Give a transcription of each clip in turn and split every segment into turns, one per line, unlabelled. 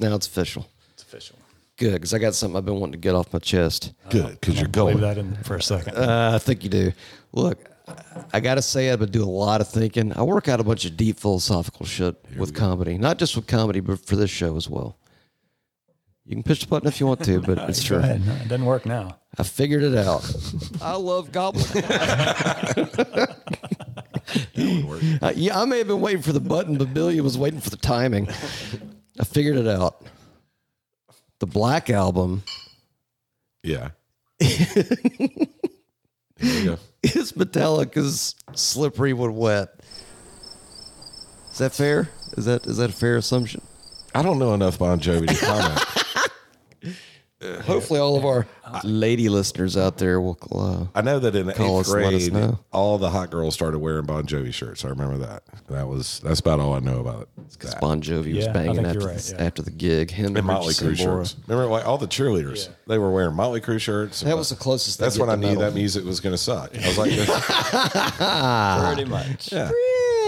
now it's official.
It's official.
Good, because I got something I've been wanting to get off my chest.
Good, because you're
Leave
going.
that in for a second.
Uh, I think you do. Look, I- I got to say, I've been doing a lot of thinking. I work out a bunch of deep philosophical shit with comedy, not just with comedy, but for this show as well. You can push the button if you want to, but it's
Go
true.
ahead. No, it doesn't work now.
I figured it out. I love goblin. Uh, yeah, I may have been waiting for the button, but Billy was waiting for the timing. I figured it out. The Black Album
Yeah. There you go.
is Metallica's "Slippery When Wet." Is that fair? Is that is that a fair assumption?
I don't know enough Bon Jovi to comment.
Hopefully, all of our Uh, lady listeners out there will. Uh,
I know that in
Call
eighth
us and let us
grade,
know.
all the hot girls started wearing Bon Jovi shirts. I remember that. That was that's about all I know about it. That.
Bon Jovi was
Yeah, I
banging
think
after,
you're
the,
right, yeah.
after the gig. Him
And Motley
Richardson,
Crue
Laura.
shirts. Remember, like all the cheerleaders,
Yeah.
they were wearing Motley Crue shirts.
That was the closest. they
That's
get
when
to
I knew
metal.
that music was going to suck. I was like,
Ah.
Pretty much.
yeah.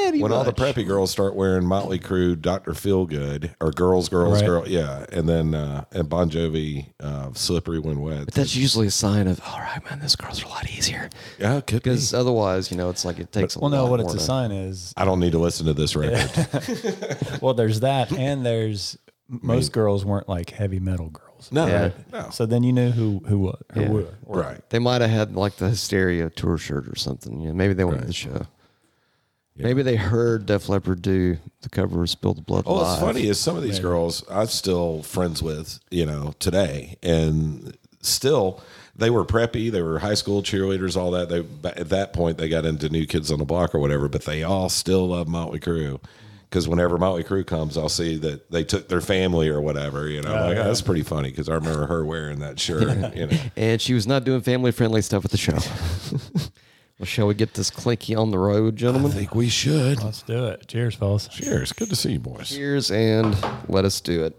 Pretty
when all the
much.
preppy girls start wearing Motley Crue, Doctor Feelgood, or girls, girls,
Right.
girl, yeah, and then uh, and Bon Jovi, uh, Slippery When Wet.
That's usually a sign of, all right, man, those girls are a lot easier.
yeah, it could be.
Because otherwise, you know, it's like it takes a
Well,
lot
no, what
more
it's a
to-
sign is,
I don't need to listen to this record.
well, there's that, and there's most girls weren't like heavy metal girls.
No,
Yeah.
no,
So then you knew who who was who
Yeah.
were. or-
right?
They might have had like the Hysteria tour shirt or something. You know, maybe they went to the show. Maybe they heard Def Leppard do the cover of Spill the Blood
Well,
live.
what's Oh, funny is some of these girls I'm still friends with, you know, today, and still they were preppy, they were high school cheerleaders, all that. They but at that point they got into New Kids on the Block or whatever, but they all still love Motley Crue. Because whenever Motley Crue comes, I'll see that they took their family or whatever. You know, like that's pretty funny because I remember her wearing that shirt. you know,
And she was not doing family friendly stuff at the show. well, shall we get this clinky on the road,
I
gentlemen?
think we should.
Let's do it. Cheers, fellas.
Cheers, good to see you, boys.
Cheers and let us do it.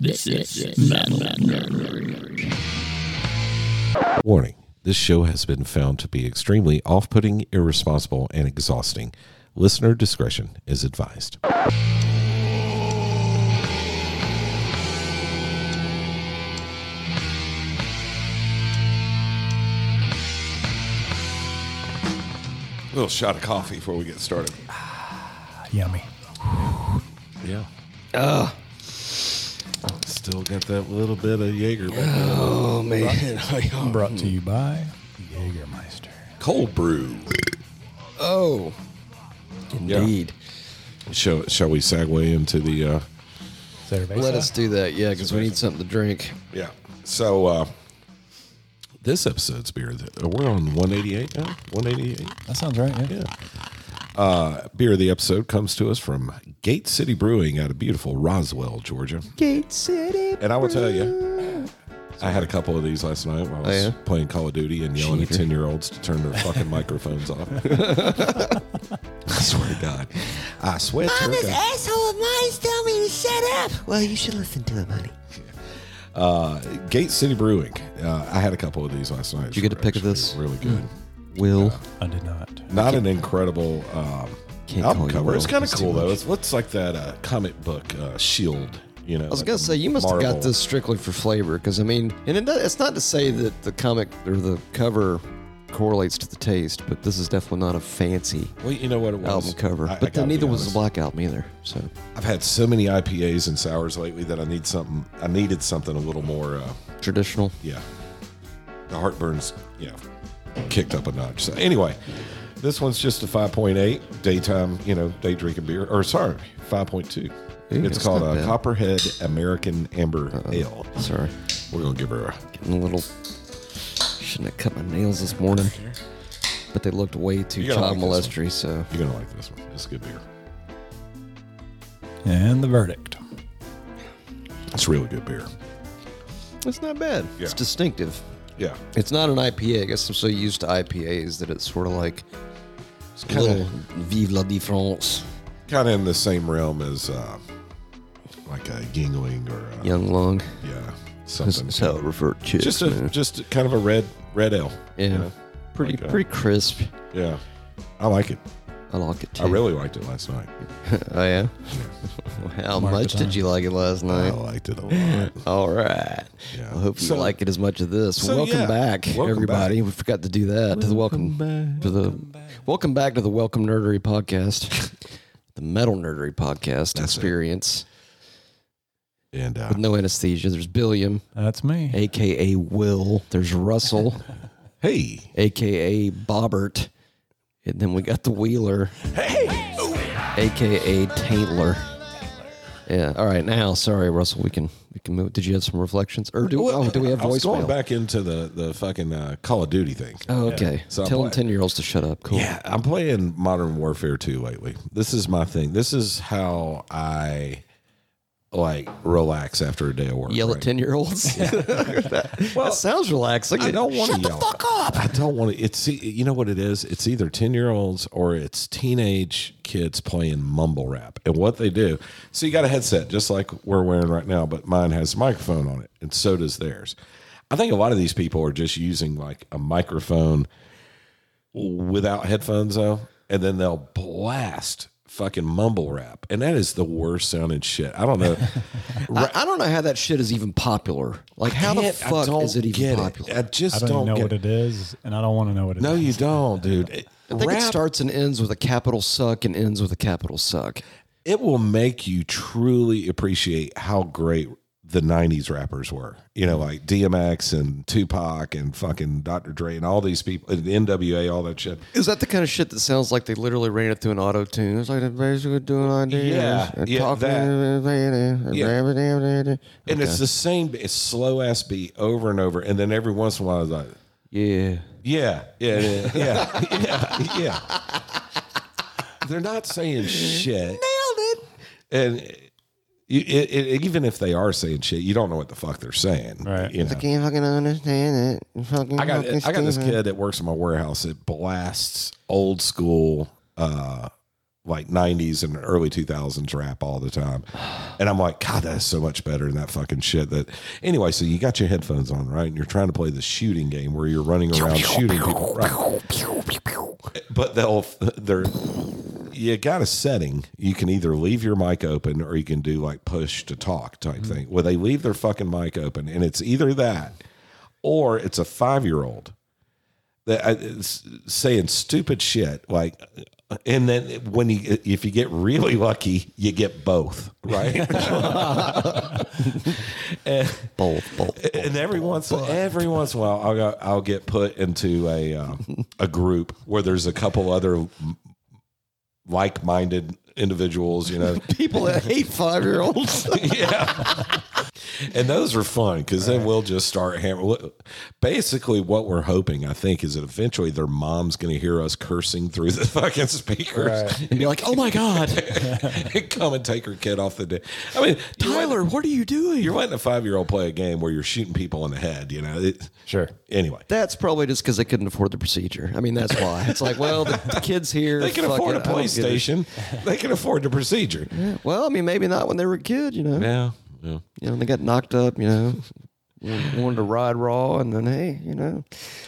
Warning this show has been found to be extremely off putting, irresponsible, and exhausting. Listener discretion is advised. Little shot of coffee before we get started.
Ah, Yummy.
Yeah. Still got that little bit of Jaeger. back there.
Oh, man.
Brought to you by Jägermeister.
Cold brew.
oh,
Yeah.
indeed.
Shall, shall we segue into the. Uh,
Is that
Let us do that. Yeah, because we need something to drink.
Yeah. So uh this episode's beer of the- uh, we're on 188 now. 188.
That sounds right. Yeah.
Beer of the episode comes to us from Gate City Brewing out of beautiful Roswell, Georgia.
Gate City.
And I will tell you I had a couple of these last night while I was
Oh, yeah?
playing Call of Duty and yelling
Cheater.
at 10 year olds to turn their fucking microphones off. I swear to God. I swear to God.
asshole of mine's telling me to shut up. Well, you should listen to him, honey.
Uh, Gate City Brewing. Uh, I had a couple of these last night. Did
you get a pick of this?
Really good.
Will.
I did not.
not an incredible um,
Can't call
album
you
cover. It's
Will.
kind of
It's
cool
too
though.
much.
It's looks like that uh, comic book uh, shield. You know,
I was gonna say you must have got this strictly for flavor, because I mean, and it, does- it's not to say that the comic or the cover correlates to the taste, but this is definitely not a fancy
Well, you know what it was.
album cover.
I- I
but
gotta
then neither
be
was the
honest.
Black Album either. So
I've had so many IPAs and sours lately that I need something. I needed something a little more. Uh,
traditional.
yeah, the heartburns. Yeah, kicked up a notch. So anyway, this one's just a five point eight daytime. You know, day drinking beer. Or sorry, five point two.
Ooh,
it's
that's
called
not
a
bad.
Copperhead American Amber Ale.
Sorry,
We're gonna give her a
getting a little. Shouldn't have cut my nails this morning, but they looked way too
You're gonna
child
like this
molestery. So
You're gonna like this one. It's a good beer.
And the verdict.
It's really good beer.
it's not bad.
Yeah.
It's distinctive.
Yeah.
It's not an IPA. I guess I'm so used to IPAs that it's sort of like
It's
a little
kinda
vive la difference.
kinda in the same realm as uh like a Yingling or a,
Young Lung.
yeah.
That's
Something.
how I refer to chicks,
Just a
man.
just kind of a red red ale.
yeah.
you know?
pretty
like, uh,
pretty crisp.
Yeah. I like it.
I like it too.
I Oh, really liked it last night.
Oh yeah. How much did you like it last
I
night?
liked it a lot.
All right.
Yeah.
I hope you
So-
like it as much as this.
so,
welcome
yeah.
back,
Welcome
everybody. We forgot to do that to the welcome, to the welcome back to the Welcome Nerdery podcast, the Metal Nerdery podcast experience
And uh,
with no anesthesia. There's Billiam,
That's me.
aka Will. There's Russell,
hey,
aka Bobbert, and then we got the Wheeler, aka Taintler. Yeah. All right. Now, sorry, Russell. We can we can move. Did you have some reflections, or do oh, do we have
I was going
voicemail?
back into the the fucking uh, Call of Duty thing.
Oh, okay.
So I'm
Telling
like-
ten year olds to shut up. Cool.
Yeah, I'm playing Modern Warfare 2 lately. This is my thing. This is how I like relax after a day of work.
Yell
right?
at ten year olds. that sounds relaxing.
I don't want
Shut
to
the
yell.
fuck up.
I don't want to. It's you know what it is. It's either ten year olds or it's teenage kids playing mumble rap. And what they do, so you got a headset just like we're wearing right now, but mine has a microphone on it, and so does theirs. I think a lot of these people are just using like a microphone without headphones though, and then they'll blast fucking mumble rap, and that is the worst sounding shit. I don't know.
I, I don't know how that shit is even popular. Like, how the
Can't- I
fuck
don't
is it even
get
popular?
I just
I
don't,
don't, even know
get
what it is, and I don't want to know what it is.
No, you don't, dude.
I think it starts and ends with a capital suck and ends with a capital suck.
it will make you truly appreciate how great the 90s rappers were. You know, like DMX and Tupac and fucking Dr. Dre and all these people, and NWA, all that shit.
Is that the kind of shit that sounds like they literally ran it through an auto tune? It's like they're basically doing ideas.
Yeah,
and
yeah,
talking yeah.
And it's the same, it's slow ass beat over and over. And then every once in a while, it's like,
yeah.
yeah, yeah, yeah, yeah, yeah. yeah. They're not saying shit. Nailed it. And you, it, it, even if they are saying shit, you don't know what the fuck they're saying.
Right.
You know?
Can't fucking understand it. Fucking
I got I got this kid that works in my warehouse that blasts old school uh like 90s and early 2000s rap all the time. And I'm like, God, that's so much better than that fucking shit. That anyway, so you got your headphones on, right? And you're trying to play the shooting game where you're running around shooting people. Right? But they'll they're you got a setting. You can either leave your mic open or you can do like push to talk type thing. Well, they leave their fucking mic open, and it's either that or it's a five year old that I- it's saying stupid shit like. And then when you, if you get really lucky, you get both, right?
Both, both.
and every once every once in a while, I'll go, I'll get put into a uh, a group where there's a couple other like minded individuals, you know,
People that hate five year olds.
yeah. and those are fun because then we'll just start hammering. Basically, what we're hoping, I think, is that eventually their mom's going to hear us cursing through the fucking speakers
and be like, oh my God,
and come and take her kid off the day. I mean,
Tyler, what are you doing?
you're letting a five year old play a game where you're shooting people in the head, you know? It,
Sure.
Anyway.
That's probably just because they couldn't afford the procedure. I mean, that's why. It's like, well, the, the kids here.
They can
fuck
afford
it,
a
I don't give a sh-
PlayStation. They can afford the procedure.
Well, I mean, maybe not when they were a kid, you know.
Yeah. yeah.
You know, they got knocked up, you know, wanted to ride raw, and then, hey, you know,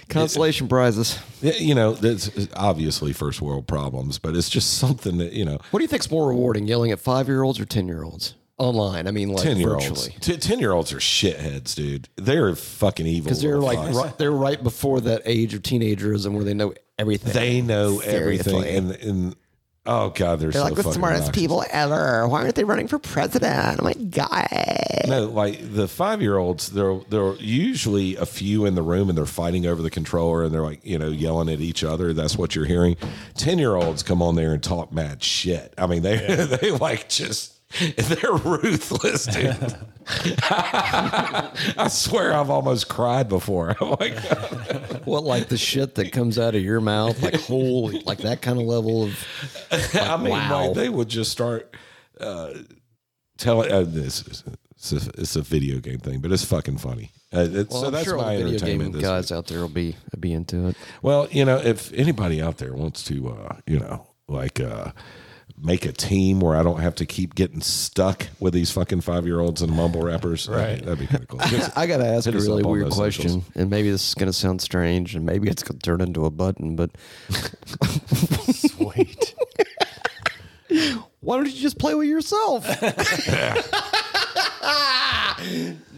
consolation prizes.
Yeah, You know, that's obviously first world problems, but it's just something that, you know,
What do you think's more rewarding, yelling at five year olds or 10 year olds? Online. I mean, like,
10 year olds.
virtually.
10 year olds are shitheads, dude. They're fucking evil.
Because they're
little
like,
fucks.
right, they're right before that age of teenagerism where they know everything.
they know everything.
Seriously.
And, and oh, God, they're,
They're
so
like the
fucking
smartest
obnoxious.
people ever. Why aren't they running for president? Oh my God.
No, like the five year olds, there there are usually a few in the room and they're fighting over the controller and they're like, you know, yelling at each other. That's what you're hearing. Ten year olds come on there and talk mad shit. I mean, they they like just they're ruthless, dude. I swear I've almost cried before. I'm like,
What, like the shit that comes out of your mouth? Like, holy, like that kind of level of.
I mean,
wow.
like they would just start uh, telling. Uh, this is- it's a, it's a video game thing, but it's fucking funny. Uh, it-
Well,
so
I'm
that's
sure all
my
the video
entertainment.
game
This
guys
week.
out there will be will be into it.
Well, you know, if anybody out there wants to, uh, you know, like uh, make a team where I don't have to keep getting stuck with these fucking five year olds and mumble rappers, right? That'd be kind of cool.
I gotta ask a
Hit us
really
up on
weird
those
question,
socials.
and maybe this is gonna sound strange, and maybe it's gonna turn into a button. But
Sweet.
Why don't you just play with yourself?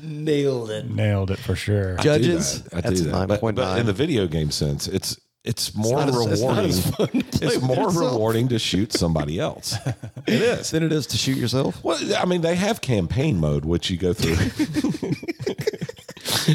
Nailed it.
Nailed it for sure.
I do
Judges,
that. I do
that's
that.
nine
But-
point
But in
nine.
the video game sense, it's it's more
not as- it's not
rewarding.
as
It's,
fun to play with
more
yourself.
rewarding to shoot somebody else. it is.
Than it is to shoot yourself.
Well, I mean, they have campaign mode, which you go through.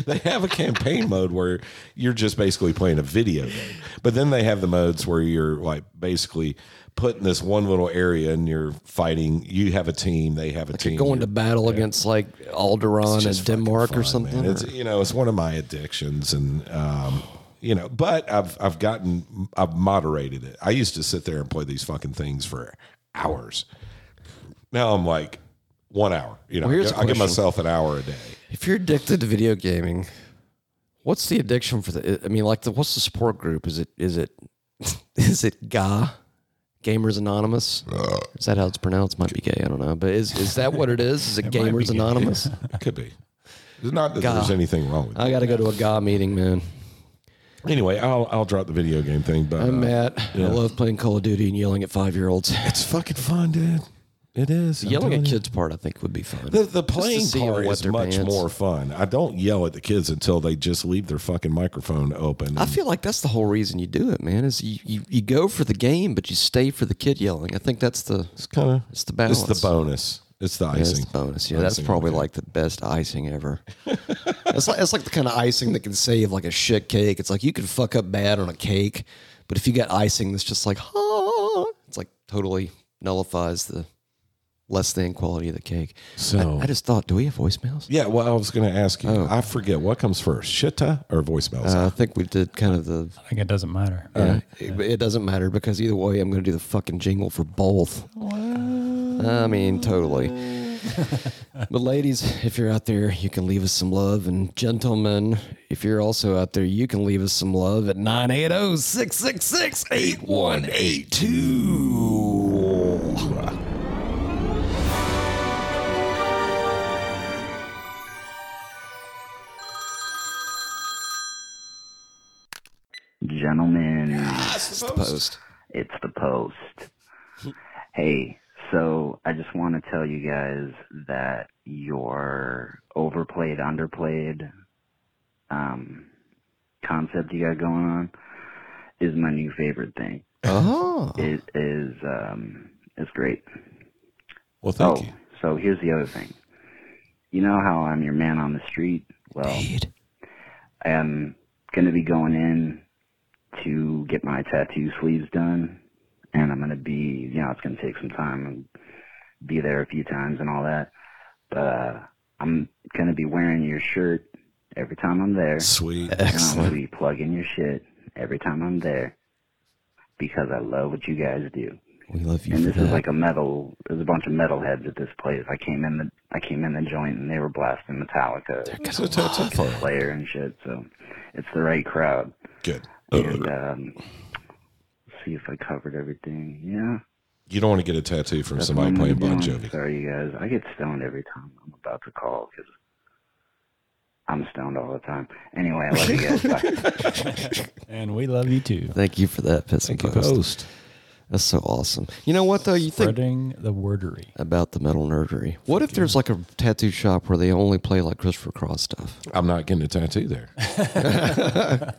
they have a campaign mode where you're just basically playing a video game. But then they have the modes where you're like basically put in this one little area and you're fighting. You have a team, they have a team.
Going
You're-
to battle against like Alderaan
just
and Denmark
fucking
or
fun, man.
something.
It's you know, it's one of my addictions, and um, you know, but I've I've gotten I've moderated it. I used to sit there and play these fucking things for hours. Now I'm like one hour. You know,
Well, here's
I,
a
gi- I give
question.
myself an hour a day.
If you're addicted to video gaming, what's the addiction for the? I mean, like, the, what's the support group? Is it is it is it GA, Gamers Anonymous?
Uh,
Is that how it's pronounced? Might be gay. I don't know, but is is that what it is? Is it, Gamers Anonymous?
It could be. It's not that
God.
there's anything wrong with it.
I got to go to a GA meeting, man.
Anyway, I'll I'll drop the video game thing, but
I'm
uh,
Matt. I love playing Call of Duty and yelling at five year olds.
it's fucking fun, dude. It is I'm
Yelling
telling
at
you.
kids part, I think, would be fun.
The, the
Just to
playing
see
part
what
is
their
much
pants-
more fun. I don't yell at the kids until they just leave their fucking microphone open.
I
and-
feel like that's the whole reason you do it, man. Is you, you, you go for the game, but you stay for the kid yelling. I think that's the
It's kind of
It's the balance.
It's the bonus. It's the
That's
icing.
the bonus. Yeah, that's
Icing on
probably
the
like the best icing ever. it's like it's like the kind of icing that can save like a shit cake. It's like you can fuck up bad on a cake, but if you got icing that's just like, oh, it's like totally nullifies the less than quality of the cake.
So-
I, I just thought, do we have voicemails?
Yeah. Well, I was going to ask you. I forget what comes first, shitta or voicemails.
Oh. Uh, I think we did kind of the.
I think it doesn't matter.
yeah, it, it doesn't matter because either way, I'm going to do the fucking jingle for both. I mean, totally. but ladies, if you're out there, you can leave us some love. And gentlemen, if you're also out there, you can leave us some love at oh, 980-666-8182.
Gentlemen,
It's the post.
it's the post. Hey, so I just want to tell you guys that your overplayed, underplayed um, concept you got going on is my new favorite thing.
Oh,
It is um, it's great.
well, thank
oh,
you.
so here's the other thing. You know how I'm your man on the street? Well,
indeed.
I am going to be going in to get my tattoo sleeves done. And I'm going to be, you know, it's going to take some time and be there a few times and all that. But uh, I'm going to be wearing your shirt every time I'm there.
Sweet.
And I'm going to be plugging your shit every time I'm there because I love what you guys do.
We love you
And
for
this is
that.
like a metal. There's a bunch of metalheads at this place. I came in the I came in the joint and they were blasting Metallica,
It's a tattoo party.
Slayer, and shit. So it's the right crowd.
Good.
And um, let's see if I covered everything. Yeah.
You don't want to get a tattoo from
that's
somebody
what I'm
playing
gonna
Bon
do. I'm
Jovi.
Sorry, you guys. I get stoned every time I'm about to call because I'm stoned all the time. Anyway, I love you guys. Bye.
And we love you too.
Thank you for that, Piston Post. That's so awesome. You know what, though? You think
Spreading the wordery.
about the metal nerdery. What if there's like a tattoo shop where they only play like Christopher Cross stuff?
I'm not getting a tattoo there.
But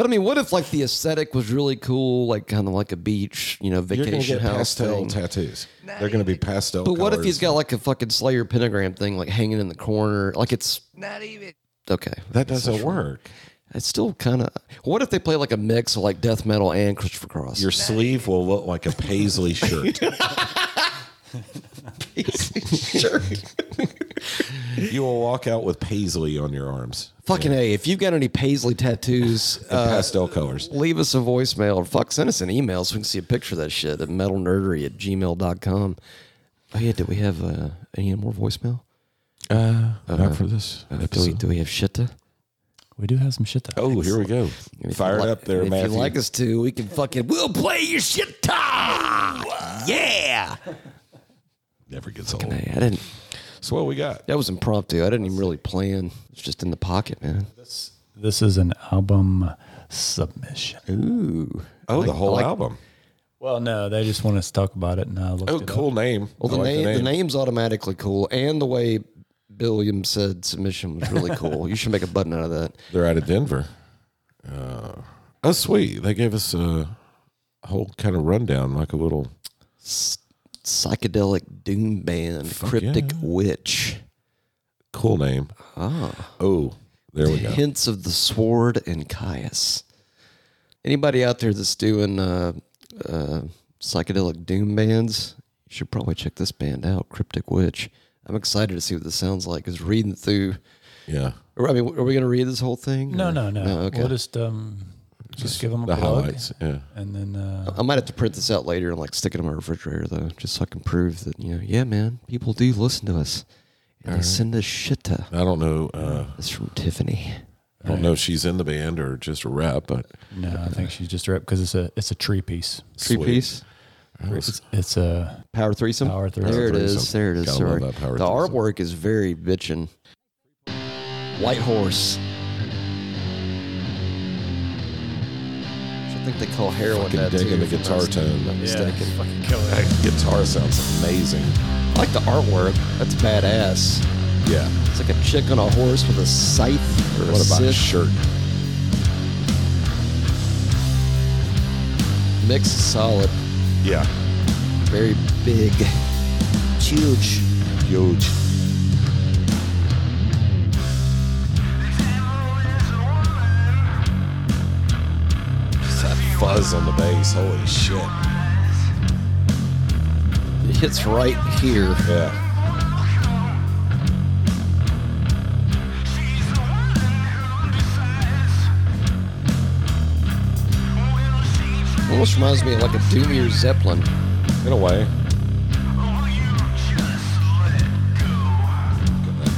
I mean, what if like the aesthetic was really cool, like kind of like a beach, you know,
You're going to
vacation
get
house
pastel
thing.
tattoos. They're going to be pastel.
but what if
colors.
he's got like a fucking Slayer pentagram thing like hanging in the corner? Like it's not even okay.
that doesn't work?
It's still kind of. What if they play like a mix of like death metal and Christopher Cross?
Your sleeve will look like a paisley shirt.
sure.
you will walk out with paisley on your arms.
fucking a. If you've got any paisley tattoos,
And
uh,
pastel colors.
leave us a voicemail or fuck send us an email so we can see a picture of that shit at metalnerdery at gmail.com oh yeah do we have uh, any more voicemail
Uh, not for this
do we, do we have shit to
We do have some shit to
Oh, here we go.
If
Fire
you'd
it
li-
up there,
if
Matthew.
you like us to we can fucking we'll play your shit time
Ah!
yeah
Never gets old.
hey, i didn't
So what we got?
that was impromptu i didn't even really plan it's just in the pocket man
This is an album submission.
ooh
Oh, the whole
like-
album.
Well, no, they just want us to talk about it, and I looked
Oh,
it up.
cool name.
Well, the,
I like
name, the name's automatically cool, and the way Billiam said submission was really cool. You should make a button out of that.
They're out of Denver. Uh, oh, sweet. They gave us a whole kind of rundown, like a little.
Psychedelic doom band, cryptic
yeah.
witch.
Cool name. Ah. Oh, there we go.
Hints of the Sword and Caius. Anybody out there that's doing uh, uh, psychedelic doom bands, you should probably check this band out, Cryptic Witch. I'm excited to see what this sounds like. Because reading through,
Yeah.
or, I mean, are we going to read this whole thing?
No,
or-
no, no.
okay.
We'll just um, just, give them a
The
plug,
highlights. Yeah.
and then uh,
I might have to print this out later and like stick it in my refrigerator though, just so I can prove that you know, yeah, man, people do listen to us, and they send us shit to.
I don't know. Uh,
It's from Tiffany.
I don't know if she's in the band or just a rep, but
no, I think she's just rep because it's a it's a tree piece.
Three
Sweet.
piece.
It's, it's a
Power threesome.
Power threesome.
There it
Power
is.
threesome.
There it is.
Gotta
Sorry.
love that
the
power threesome.
artwork is very bitchin'. White horse. Which I think they call heroin
Fucking
that
digging
too.
the
if I'm
guitar
not-
tone.
not
Yeah.
mistaken.
fucking killer.
that guitar sounds amazing.
I like the artwork. That's badass.
Yeah.
It's like a chick on a horse with a scythe or a
What about
scythe.
shirt?
Mix is solid.
Yeah.
Very big. It's huge.
Huge. Just that fuzz on the bass. Holy shit.
It hits right here.
Yeah.
Almost reminds me of like a Doomier Zeppelin.
In a way.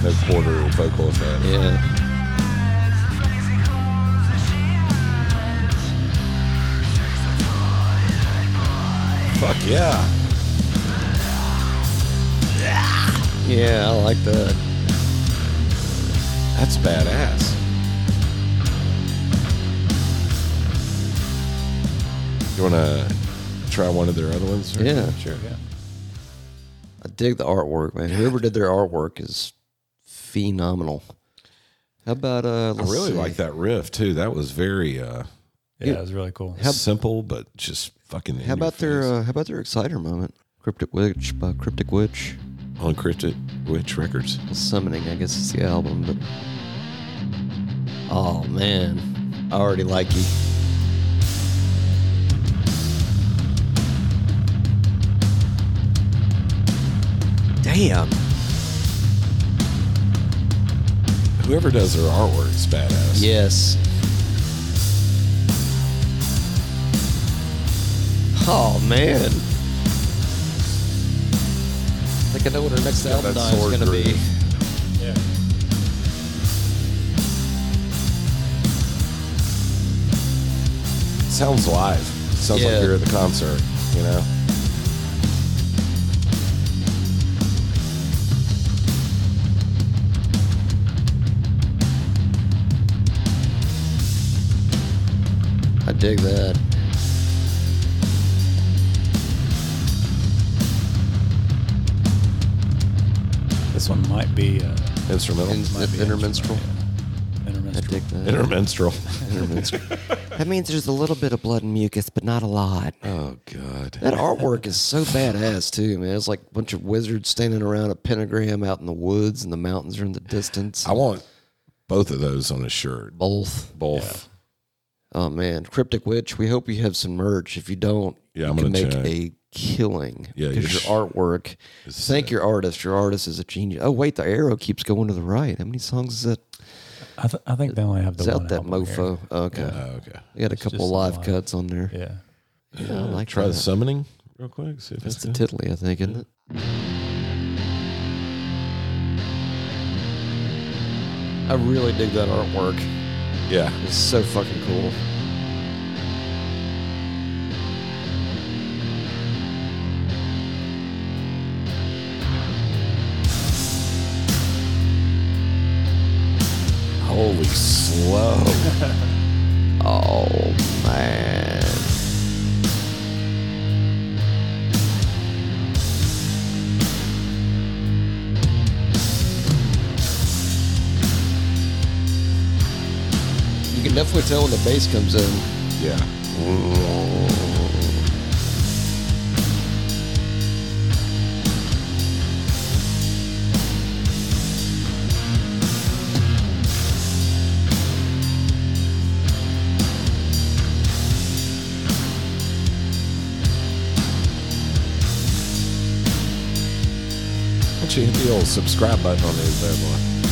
No quarter vocal effect.
Yeah.
Fuck yeah.
Yeah, I like that.
That's badass. You want to try one of their other ones? or-
Yeah.
Sure.
Yeah.
I dig the artwork, man. Whoever did their artwork is phenomenal. How about uh?
I really like that riff too. That was very uh,
Yeah, it was really cool.
simple, but just fucking. in
How
your
about their
face.
uh, How about their exciter moment? Cryptic Witch by Cryptic Witch.
on Cryptic Witch Records?
Well, Summoning, I guess it's the album, but oh man, I already like you. Damn.
Whoever does their artwork is badass.
Yes. Oh man. I think I know what our next album
that
dive is
sword
gonna be.
groove.
Yeah.
sounds live. Sounds
Yeah.
like you're at the concert. You know.
I dig that.
This one might be uh,
Instrumental.
In-
might be
interminstrel. I
interminstrel.
dig that.
Intermenstrual.
Interminstrel. that means there's a little bit of blood and mucus, but not a lot.
oh God.
That artwork is so badass too, man. It's like a bunch of wizards standing around a pentagram out in the woods, and the mountains are in the distance.
I want both of those on a shirt.
Both.
Both.
Oh man, Cryptic Witch. We hope you have some merch. If you don't,
Yeah,
you
I'm
can
gonna
make
check.
a killing.
Yeah,
because
you're-
your artwork. Thank your artist. Your artist is a genius. Oh wait, the arrow keeps going to the right. How many songs is that?
I, th- I think they only have the
Is
one
out that
album
mofo? Okay,
Oh, okay.
we got a couple
just
live
live.
cuts on there.
Here.
Yeah, I like
Try the
that.
summoning real quick. See if
That's
that's
the
good.
tiddly, I think, isn't it? I really dig that artwork.
Yeah.
It's so fucking cool.
Holy slow.
Oh man. can definitely tell when the bass comes in.
Yeah. Why don't you hit the old subscribe button on those there, boy?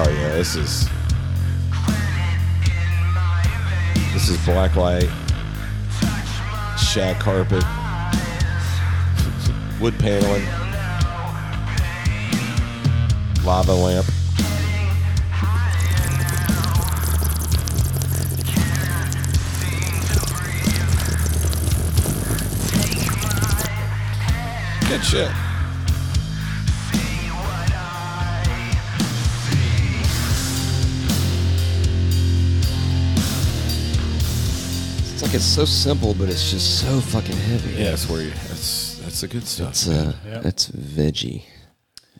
Oh yeah, this is this is blacklight, shag carpet, wood paneling, lava lamp. Good shit.
It's like it's so simple, but it's just so fucking heavy.
Yeah, that's where you. That's that's the good stuff.
It's uh, it's veggie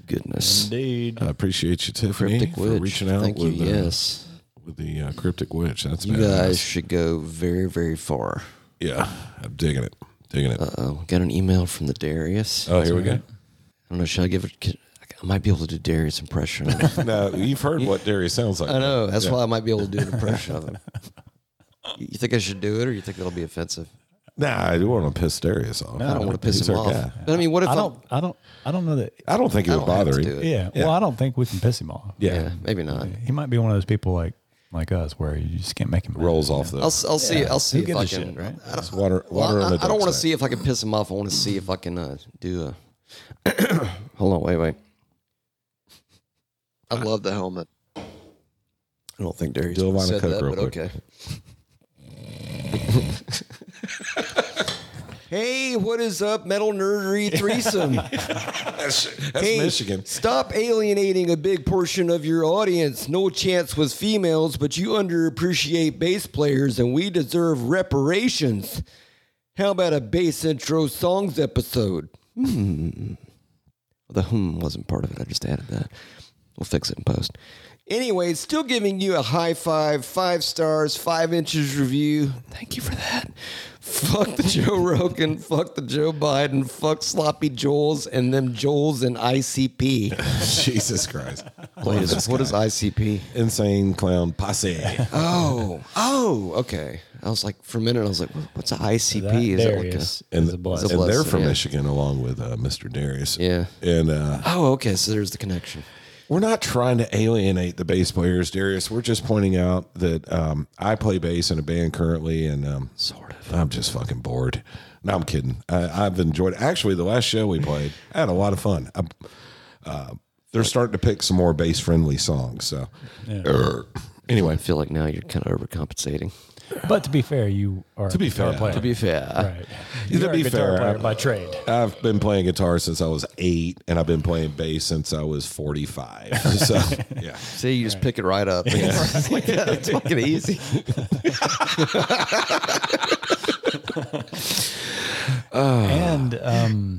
goodness.
Indeed.
I appreciate you, Tiffany,
Cryptic
for
witch.
reaching out
Thank
with uh,
you.
the
yes,
with the uh, cryptic witch. That's
you
badass.
guys should go very very far.
Yeah, I'm digging it. Digging it.
Oh, got an email from the Darius.
oh, here we
I don't know. Should I give it? could- I might be able to do Darius impression. of him.
go. Now you've heard what Darius sounds like.
I know. That's
Yeah.
why I might be able to do an impression of him. You think I should do it, or you think that'll be offensive?
Nah, I do want to piss Darius off.
I don't want to piss
He's
him
our
off.
guy.
But I mean, what if
I don't. I don't. I don't know that.
I don't think it
I
would
don't have
bother
to
him.
do it.
Yeah. Well, I don't think we can piss him off.
Yeah.
Yeah, maybe not.
He might be one of those people like like us where you just can't make him mad,
Rolls
you
off the
I'll, s- I'll see. I'll see
Who
if
gives
I
a
can.
shit, right?
I don't,
water.
Well,
Water on
I,
the
I don't want
duck's
to
neck.
see if I can piss him off. I want to see if I can uh, do a. Hold on, wait, wait. I love the helmet. I don't think Darius
Do a line of
said
coke
that,
real
but
quick.
okay. hey, what is up, Metal Nerdery Threesome?
That's, that's
Hey,
Michigan.
Stop alienating a big portion of your audience. No chance with females, but you underappreciate bass players, and we deserve reparations. How about a bass intro songs episode? Hmm. The hmm wasn't part of it. I just added that. We'll fix it in post. Anyway, still giving you a high five, five stars, five inches review. Thank you for that. Fuck the Joe Rogan, fuck the Joe Biden, fuck Sloppy Joels and them Joels and ICP.
Jesus Christ.
Wait, is, what is ICP?
Insane clown posse.
Oh, oh, okay. I was like, for a minute, I was like, what- what's an ICP?
know? That
is it like a,
Darius
And,
is a blessing.
and they're
blessing,
from
yeah.
Michigan along with uh, Mr. Darius.
Yeah.
And uh,
Oh, okay. So there's the connection.
We're not trying to alienate the bass players, Darius. We're just pointing out that um, I play bass in a band currently, and um,
Sort of.
I'm just fucking bored. No, I'm kidding. I, I've enjoyed. Actually, the last show we played, I had a lot of fun. I, uh, they're starting to pick some more bass friendly songs. So, Er,
I
anyway,
feel like now you're kind of overcompensating.
But to be fair, you are to
be fair,
player.
to
fair.
right. You
to
are
be
a guitar
fair,
player
I'm-
by trade.
I've been playing guitar since I was eight, and I've been playing bass since I was 45. So, yeah.
See, you just pick it right up. It's just like that. It's fucking easy.
and um,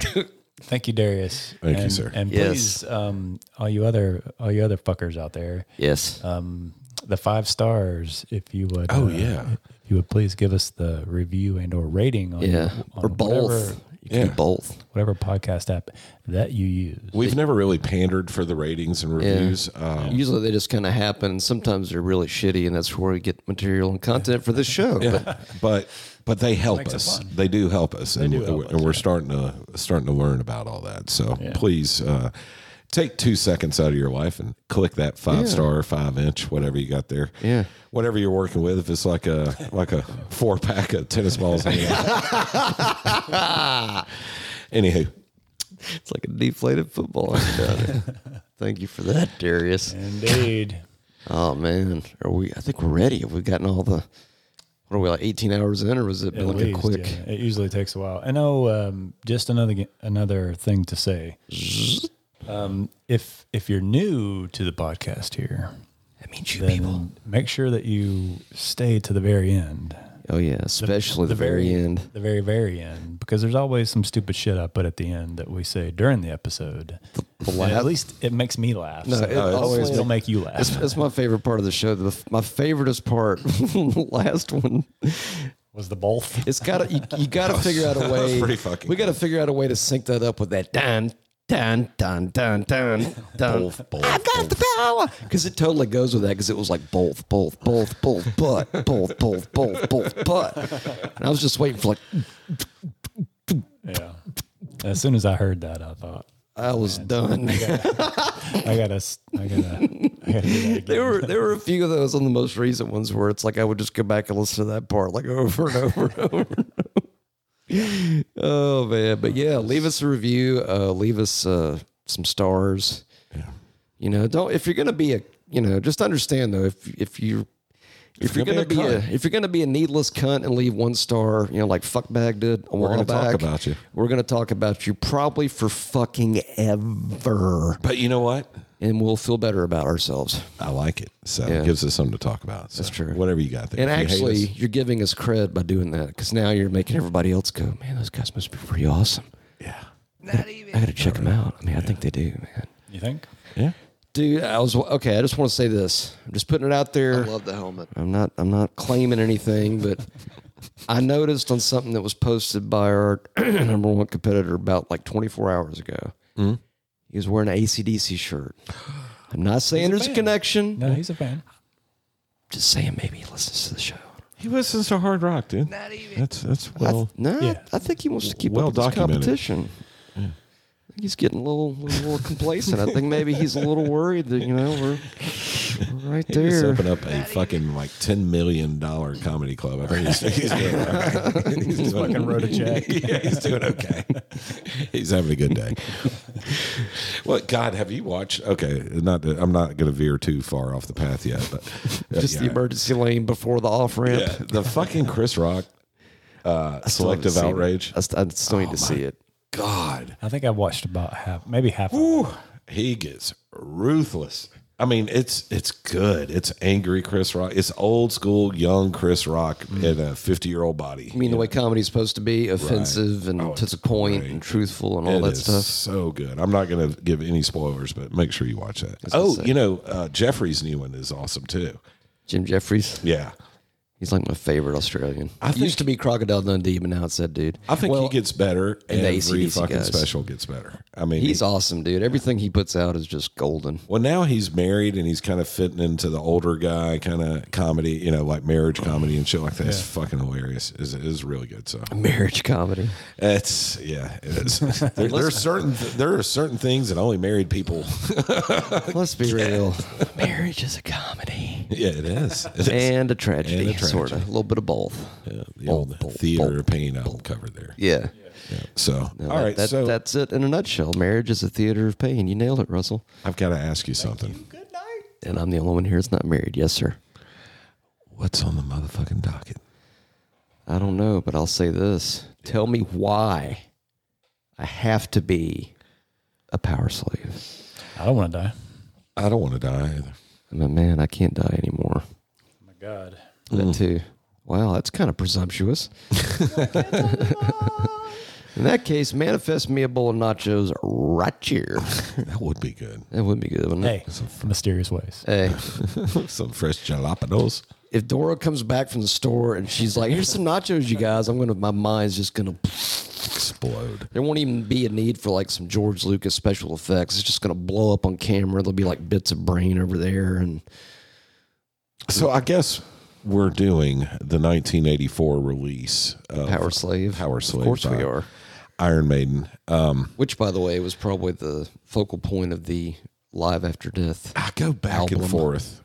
thank you, Darius.
Thank you,
and,
sir.
And
Yes.
please, um, all you other all you other fuckers out there,
Yes.
um, the five stars, if you would.
Oh,
uh,
yeah.
if you would please give us the review and or rating on
yeah.
on
Or both.
um, whatever,
You can
Yeah.
do both.
whatever podcast app that you use.
We've never really pandered for the ratings and reviews. Um,
Usually they just kind of happen. Sometimes they're really shitty, and that's where we get material and content for this show. But
but but they help
Makes it
us.
fun.
They do help us, and,
do help
and we're starting to starting to learn about all that. So please uh, take two seconds out of your life and click that five star, five inch, whatever you got there.
Yeah.
whatever you're working with. If it's like a like a four pack of tennis balls. in your hand. Anywho,
it's like a deflated football. Thank you for that, Darius.
Indeed.
Oh man, are we? I think we're ready. Have we gotten all the? What are we like? Eighteen hours in, or was it
At
been like a
least,
quick?
yeah. It usually takes a while. I know. Um, just another ge- another thing to say. Um, if if you're new to the podcast here,
That means you
then make sure that you stay to the very end.
Oh yeah, especially the, very, end.
the very very end, because there's always some stupid shit I put at the end that we say during the episode.
people
And
laugh.
at least it makes me laugh.
No,
so
it
hopefully
always
it'll
make-
make you laugh.
It's, it's my favorite part of the show. The, my favoriteest part, the last one.
was the both?
It's got to you, you got to figure out a way.
pretty fucking
we got to figure out a way to sync that up with that dun dun dun dun dun dun. I've got the power because it totally goes with that because it was like both both both both but both both both both but, and I was just waiting for like
Yeah. As soon as I heard that, I thought
I was done.
I gotta, s- I gotta, I gotta do that again.
There were there were a few of those on the most recent ones where it's like I would just go back and listen to that part like over and over and over. and over. oh man, but yeah, leave us a review. Uh, leave us uh, some stars. You know, don't if you're gonna be a you know just understand though if if you if, you're gonna, be, a, if you're gonna be a needless cunt and leave one star, you know, like fuckbag did a
We're
while
gonna talk
back,
about you.
We're gonna talk about you probably for fucking ever,
But you know what?
and we'll feel better about ourselves.
I like it. So
Yeah.
it gives us something to talk about. So That's
true.
Whatever you got there.
And
If you hate
actually,
us-
you're giving us cred by doing that because now you're making everybody else go, man, those guys must be pretty awesome.
yeah.
I got to check them out. I mean, I think they do, man.
You think?
Yeah.
Dude, I was okay. I just want to say this. I'm just putting it out there.
Love the helmet.
I'm not. I'm not claiming anything, but I noticed on something that was posted by our number one competitor about like 24 hours ago.
Hmm?
He was wearing an ACDC shirt. I'm not saying there's a connection.
No, he's a fan.
Just saying maybe he listens to the show.
He listens to hard rock, dude. Not even. That's that's well.
I, no,
yeah.
I think he wants to keep
Well
up with his
documented.
competition. I think he's getting a little, little, little complacent. I think maybe he's a little worried that you know we're, we're right
He just
there.
opened up a fucking like ten million dollar comedy club. I think he's, he's doing all right. He's, doing-
fucking wrote a check.
yeah, he's doing okay. he's having a good day. well, God, have you watched? Okay, not that I'm not going to veer too far off the path yet, but uh,
Just the
yeah.
emergency lane before the off ramp.
Yeah, the fucking Chris Rock uh, selective outrage. Oh,
I, st- I still need to see it.
God,
I think I watched about half, maybe half. of it.
he gets ruthless. I mean, it's it's good. It's angry Chris Rock. It's old school young Chris Rock in a 50 year old body.
I Mm. mean, the way comedy's supposed to be offensive and to
Oh, it's
the point
great.
and truthful and all
It
that
is
stuff.
So good. I'm not going to give any spoilers, but make sure you watch that. Oh, you know, uh, Jeffrey's new one is awesome too.
Jim Jeffries,
Yeah.
he's like my favorite Australian.
I
I
think-
used to be Crocodile Dundee, but now it's that dude.
I think
Well,
he gets better.
and the
Every
AC/DC
fucking
guys.
special gets better. I mean,
he's
he-
awesome, dude. Everything he puts out is just golden.
well now he's married and he's kind of fitting into the older guy kind of comedy, you know, like marriage comedy and shit like that. It's fucking hilarious. It's, it's really good. So
Marriage comedy.
It's yeah, it is. there, there are certain there are certain things that only married people.
Let's be real. Marriage is a comedy
yeah, it is. It is.
and a tragedy,
And a
sort of. A little bit of both.
Yeah, the old theater of pain album cover there.
Yeah.
So all right,
All right. that,
so
that's it in a nutshell. Marriage is a theater of pain. You nailed it, Russell.
I've got to ask you something.
And I'm the only one here that's not married. Yes, sir.
What's on the motherfucking docket?
I don't know, but I'll say this. Tell me why I have to be a power slave.
I don't want to die.
I don't want to die either.
I'm a man. I can't die anymore.
Oh my God.
Mm.
That too. Wow, that's kind of presumptuous. In that case, manifest me a bowl of nachos right here.
That would be good.
That would be good, wouldn't it?
Hey, mysterious ways.
Hey,
Some fresh jalapenos.
if Dora comes back from the store and she's like, "Here's some nachos, you guys," I'm gonna, my mind's just gonna.
Explode.
There won't even be a need for like some George Lucas special effects. It's just gonna blow up on camera. There'll be like bits of brain over there, and
So I guess we're doing the 1984 release of
Power Slave.
Power Slave.
Of course
by
we are.
Iron Maiden. Um,
Which, by the way, was probably the focal point of the live after death.
I go back and
Album.
forth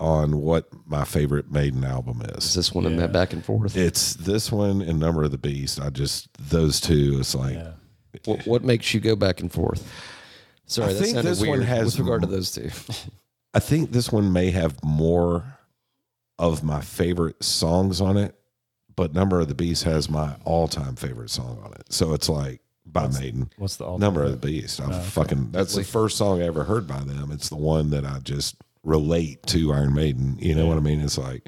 on what my favorite Maiden album
Is
is.
this one and that back and forth?
It's this one and Number of the Beast. I just those two. It's like
Yeah.
What, what makes you go back and forth? Sorry,
I
that
think
sounded
this one
weird
has
with regard to
m-
those two.
I think this one may have more of my favorite songs on it, but Number of the Beast has my all-time favorite song on it. So it's like by Maiden.
What's the all
Number of the Beast.
Ah,
I'm fucking. That's the first song I ever heard by them. It's the one that I just relate to Iron Maiden. You know what I mean? It's like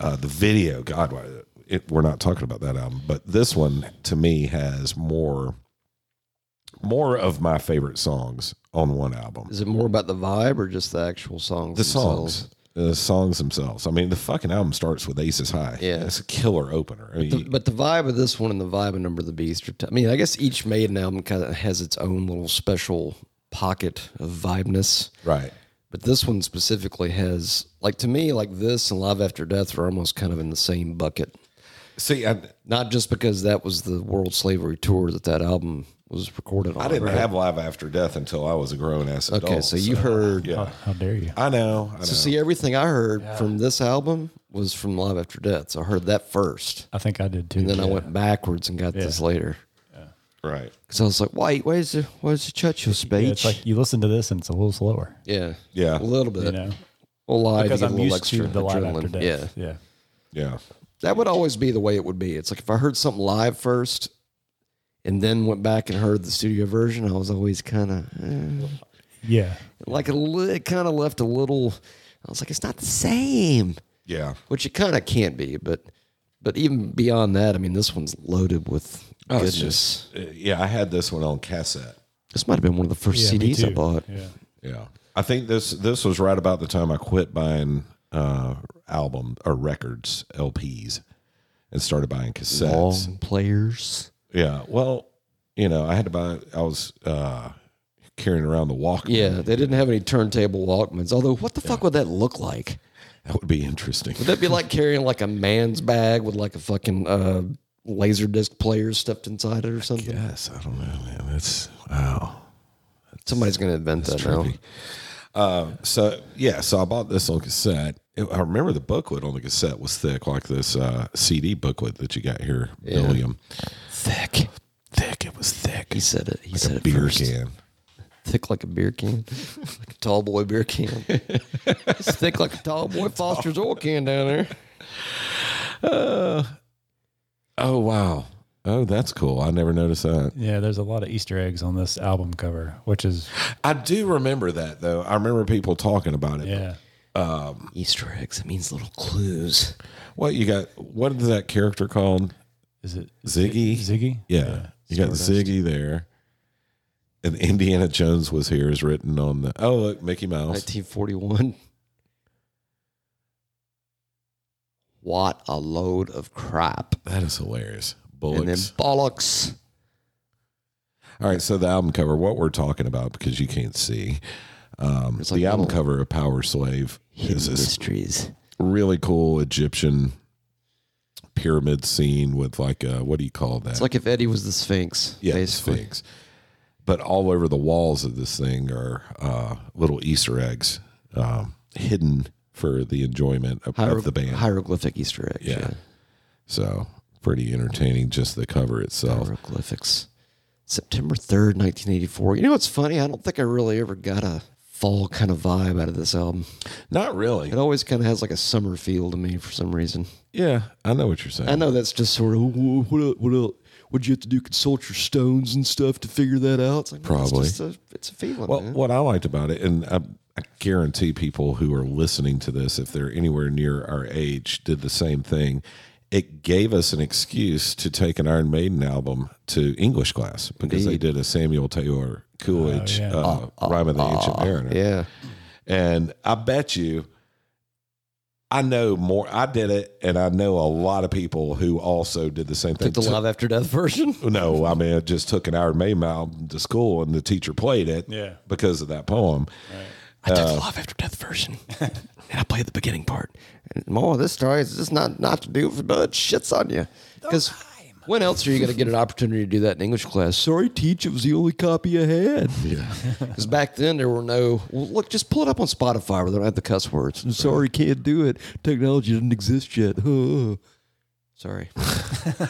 uh, the video. God, why- it, we're not talking about that album, but this one to me has more more of my favorite songs on one album.
Is it more about the vibe or just the actual songs?
The
themselves?
songs. The songs themselves. I mean, the fucking album starts with Aces High.
Yeah.
It's a killer opener. I mean,
The- but the vibe of this one and the vibe of Number of the Beast. Are t- I mean, I guess each Maiden album kind of has its own little special pocket of vibeness.
right.
But this one specifically has, like, to me, like this and Live After Death are almost kind of in the same bucket.
See, I,
Not just because that was the World Slavery Tour that that album was recorded on.
I didn't
right?
have Live After Death until I was a grown ass adult.
Okay, so you heard.
Yeah.
How dare you?
I know. I know.
So see, everything I heard from this album was from Live After Death. So I heard that first,
I think I did too.
and then I
yeah.
went backwards and got this later.
right.
Because I was like, wait, where's the where's the Churchill speech?
Yeah, it's like you listen to this and it's a little slower.
Yeah.
Yeah.
A little bit.
You know,
A lie
because
to get
I'm
a little
used
extra
to the live
adrenaline.
after death.
Yeah.
yeah.
Yeah.
That would always be the way it would be. It's like if I heard something live first and then went back and heard the studio version, I was always kind of eh.
Yeah.
like a li- it kind of left a little I was like it's not the same,
Yeah.
which it kind of can't be, but but even beyond that, I mean this one's loaded with goodness.
Uh, Yeah. I had this one on cassette.
this might have been one of the first
Yeah, me
CDs I
too.
bought.
Yeah.
Yeah. I think this this was right about the time I quit buying uh album or records, LPs, and started buying cassettes.
Long players.
Yeah. Well, you know, I had to buy I was uh carrying around the Walkman.
Yeah, they didn't have any turntable Walkmans. Although, what the fuck would that look like?
That would be interesting.
Would that be like carrying like a man's bag with like a fucking uh, laser disc player stuffed inside it or something?
Yes, I don't know, man. That's wow.
Somebody's gonna invent that now.
So yeah, so I bought this on cassette. It- I remember the booklet on the cassette was thick, like this uh, CD booklet that you got here, William.
Thick.
Thick, it was thick.
He said it. He said
a
it.
beer
first.
can.
Thick like a beer can. like a tall boy beer can. it's thick like a tall boy Foster's oil can down there.
Oh wow. Oh, that's cool. I never noticed that.
Yeah, there's a lot of Easter eggs on this album cover, which is
I do remember that though. I remember people talking about it.
yeah.
Easter eggs. It means little clues.
What you got? What is that character called?
Is it
Ziggy?
Ziggy?
Yeah. You got Ziggy there. And Indiana Jones was here is written on the Oh, look, Mickey Mouse.
1941. What a load of crap.
That is hilarious.
And then
Bullocks.
bollocks.
All right, so the album cover, what we're talking about because you can't see. Um,
It's like
the album
little-
cover of Power Slave is
Hidden
this
mysteries.
really cool Egyptian pyramid scene with like a what do you call that?
It's like if Eddie was the Sphinx,
yeah,
basically.
Sphinx. But all over the walls of this thing are uh, little Easter eggs um, hidden for the enjoyment of,
Hiero-
of the band.
Hieroglyphic Easter eggs.
Yeah.
Yeah.
So pretty entertaining, just the cover itself.
Hieroglyphics. September 3rd, 1984. You know what's funny? I don't think I really ever got a fall kind of vibe out of this album.
Not really.
It always kind of has like a summer feel to me for some reason.
Yeah, I know what you're saying.
I know that's just sort of, "Wha- what up, what up? What'd you have to do? Consult your stones and stuff to figure that out? It's like, no,
Probably.
It's, just a, it's a feeling.
Well,
man.
what I liked about it, and I, I guarantee people who are listening to this, if they're anywhere near our age, did the same thing. It gave us an excuse to take an Iron Maiden album to English class because they did a Samuel Taylor Coolidge
Oh, yeah.
uh, Rhyme of the Ancient Mariner.
Yeah.
And I bet you, I know more. I did it, and I know a lot of people who also did the same thing.
Took the
Took-
Live After Death version.
no, I mean, I just took an Iron Maiden album to school, and the teacher played it
Yeah.
because of that poem.
I took the Live After Death version, and I played the beginning part. And more of this story is just not not to do for but shits on you. Because when else are you going to get an opportunity to do that in English class? Sorry, teach, it was the only copy I had. Yeah. Because back then there were no. Well, look, just pull it up on Spotify where they don't have the cuss words. I'm sorry, can't do it. Technology didn't exist yet. Huh. Sorry.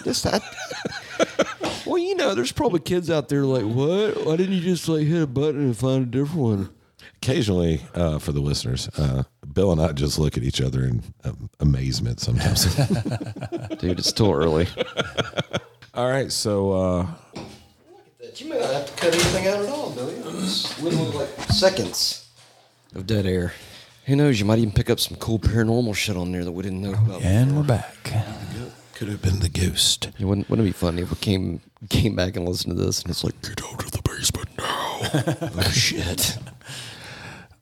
just that. Well, you know, there's probably kids out there like, what? Why didn't you just like hit a button and find a different one?
occasionally uh, for the listeners uh, bill and i just look at each other in um, amazement sometimes
Dude, it's still early.
all right so uh,
You may not have to cut anything out at all, Billy. It's literally like seconds of dead air. Who knows? You might even pick up some cool paranormal shit on there that we didn't know about.
And we're back.
could have been the ghost
It wouldn't, wouldn't it be funny if we came came back and listened to this and it's like,
get out of the basement oh shit.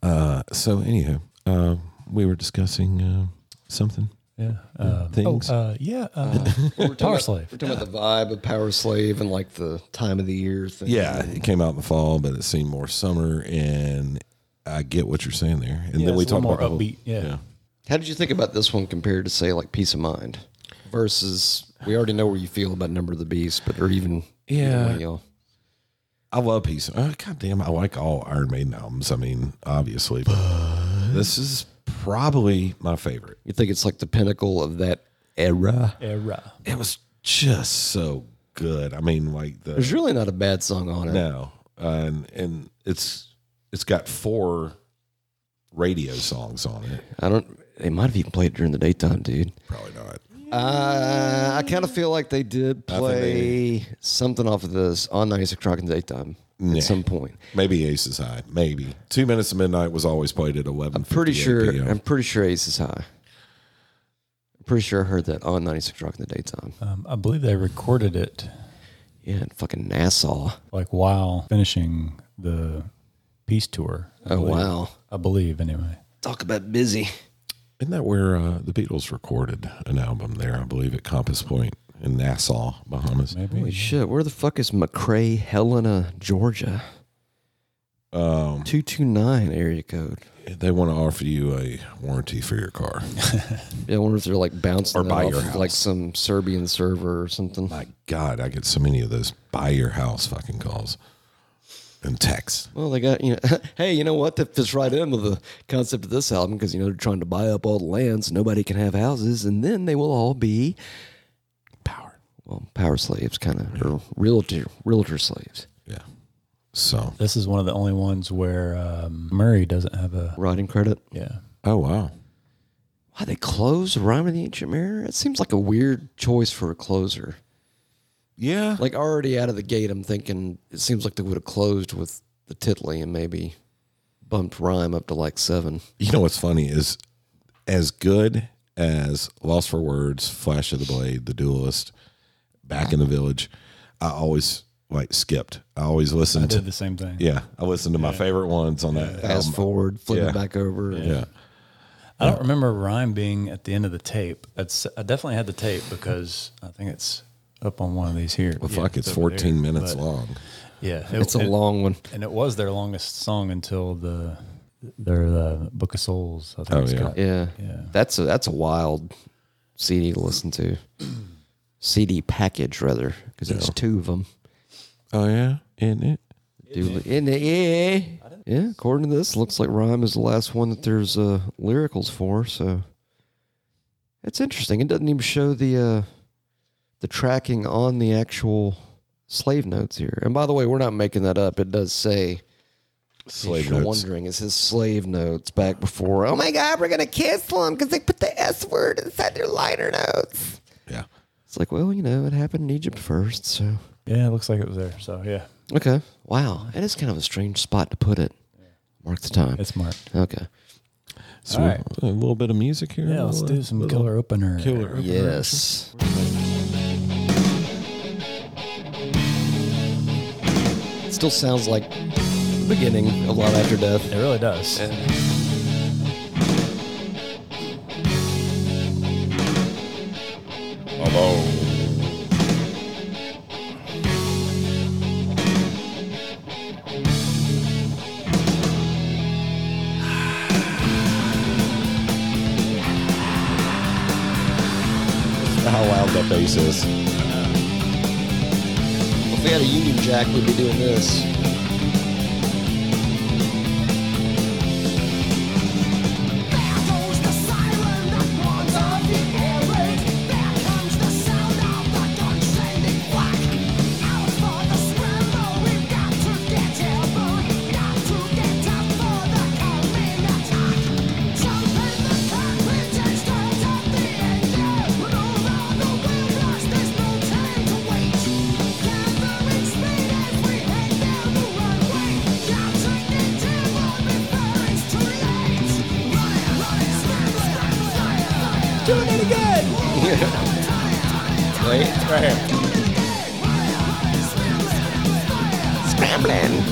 Uh, so anyhow, uh, we were discussing uh, something.
Yeah. Um,
Things.
Oh, uh, yeah. Uh, Power Slave.
We're talking about the vibe of Power Slave and like the time of the year thing.
Yeah, it came out in the fall, but it seemed more summer. And I get what you're saying there. And
Yeah,
then we
it's a
talked
little
about
more
the whole-
upbeat, yeah.
How did you think about this one compared to say like Peace of Mind versus we already know where you feel about Number of the Beast, but or even
Yeah.
either one, y'all.
I love Peace. Oh, God damn, I like all Iron Maiden albums. I mean, obviously, but this is probably my favorite.
You think it's like the pinnacle of that era?
Era.
It was just so good. I mean, like the
There's really not a bad song on it.
No, uh, and and it's it's got four radio songs on it.
I don't. They might have even played during the daytime, dude.
Probably not.
Uh, I kind of feel like they did
think
play something off of this on 96 Rock in the daytime
Nah.
at some point.
Maybe Ace is High. Maybe Two Minutes to Midnight was always played at eleven.
Pretty sure. I'm pretty sure Ace is high. I'm pretty sure I heard that on 96 Rock in the daytime.
Um, I believe they recorded it
Yeah, in fucking Nassau.
like while finishing the peace tour. I
Oh
believe.
wow.
I believe anyway.
Talk about busy.
Isn't that where uh, the Beatles recorded an album there? I believe at Compass Point in Nassau, Bahamas.
Maybe.
Holy shit, where the fuck is McCrae, Helena, Georgia?
Um,
229 area code.
they want to offer you a warranty for your car.
Yeah, I wonder if they're like bouncing
Or
that
by
off
your
of, like
house.
some Serbian server or something.
My God, I get so many of those buy your house fucking calls and texts.
Well, they got you know. hey, you know what? That fits right in with the concept of this album because you know they're trying to buy up all the lands. Nobody can have houses, and then they will all be
Power.
well, power slaves, kind of, or realtor realtor slaves,
Yeah. So.
This is one of the only ones where um, Murray doesn't have a
writing credit.
yeah.
Oh wow.
Why they close Rhyme of the Ancient Mariner? It seems like a weird choice for a closer.
Yeah.
Like already out of the gate, I'm thinking it seems like they would have closed with the Titley and maybe bumped Rhyme up to like seven.
You know what's funny is as good as Lost for Words, Flash of the Blade, The Duelist, Back in the Village, I always like skipped. I always
I
listened
did
to
the same thing.
yeah, I listened to my favorite ones on that.
Fast
album.
forward, flip
yeah.
it back over.
Yeah.
I don't remember rhyme being at the end of the tape. It's, I definitely had the tape because I think it's up on one of these here.
Well,
Yeah,
fuck, it's,
over
14
there.
minutes
But,
long.
Yeah, it-
It's a
it-
long one.
and it was their longest song until the their uh, Book of Souls. I think
Oh,
it's
yeah.
called.
Yeah.
Yeah.
That's a that's a wild CD to listen to. CD package rather, because it's two of them.
Oh yeah, isn't it?
in the yeah, yeah. According to this, looks like rhyme is the last one that there's uh, lyricals for. So it's interesting. It doesn't even show the uh, the tracking on the actual slave notes here. And by the way, we're not making that up. It does say
Slave
you're
notes.
wondering is his slave notes back before oh
Oh
my
my god, we're gonna cancel them because they put the S word inside their liner notes.
Yeah.
it's like well you know it happened in egypt first so
Yeah, it looks like it was there. So yeah,
okay wow it is kind of a strange spot to put it mark the time
it's marked.
okay
So
All right.
a little bit of music here.
Yeah, let's
Little-
do some
little-
killer opener.
killer.
yes it still sounds like the beginning of love after death
It really does.
How loud that bass is.
if we had a union jack we'd be doing this
There goes the siren that warns of the errant. There comes the sound of the gun sending whack. Out for the scramble, we've got to get ever, got to get up for the coming attack. Jump in the car, pretend straight up the engine. Roll on the wheels, there's no time to wait. Gathering speed as we head down the runway. Capturing the terror before it's too late.
right
Scrambling.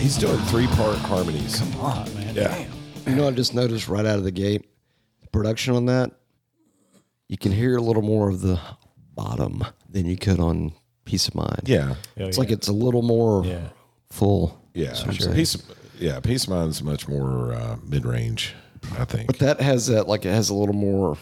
He's doing three part harmonies.
Hot, man.
Yeah.
You know, I just noticed right out of the gate, the production on that, you can hear a little more of the bottom than you could on Peace of Mind.
Yeah.
Hell
It's
yeah.
like it's a little more
Yeah.
full.
Yeah.
That's what I'm saying.
Peace yeah, Peace of Mind's much more uh, mid range, I think.
But that has that, like, it has a little more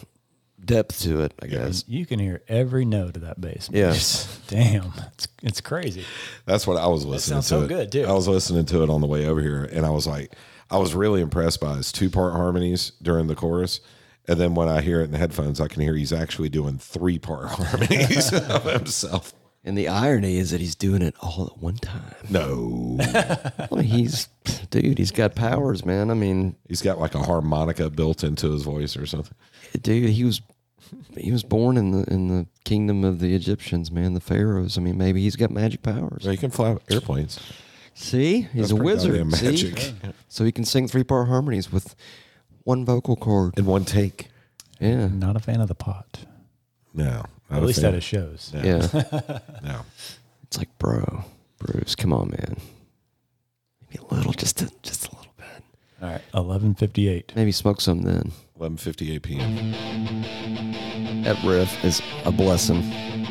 depth to it, I guess.
You can hear every note of that bass. man.
Yes.
Damn. It's, it's crazy.
That's what I was listening
sounds
to.
so
it.
good, too.
I was listening to it on the way over here, and I was like, I was really impressed by his two part harmonies during the chorus. And then when I hear it in the headphones, I can hear he's actually doing three part harmonies of himself.
And the irony is that he's doing it all at one time.
No,
Well, he's, dude, he's got powers, man. I mean,
he's got like a harmonica built into his voice or something.
dude, he was. He was born in the in the kingdom of the Egyptians, man, the pharaohs. I mean, maybe he's got magic powers.
So he can fly airplanes.
See, he's
That's
a
pretty
wizard.
goddamn
see?
magic. Yeah.
So he can sing three part harmonies with one vocal chord.
In one take.
Yeah.
Not a fan of the pot.
No, not
At
a
least
fan.
at his shows.
Yeah.
No.
it's like, bro, Bruce, come on, man. Maybe a little, just a, just a little bit.
All right. 1158.
Maybe smoke some then.
11:58 p.m.
That riff is a blessing.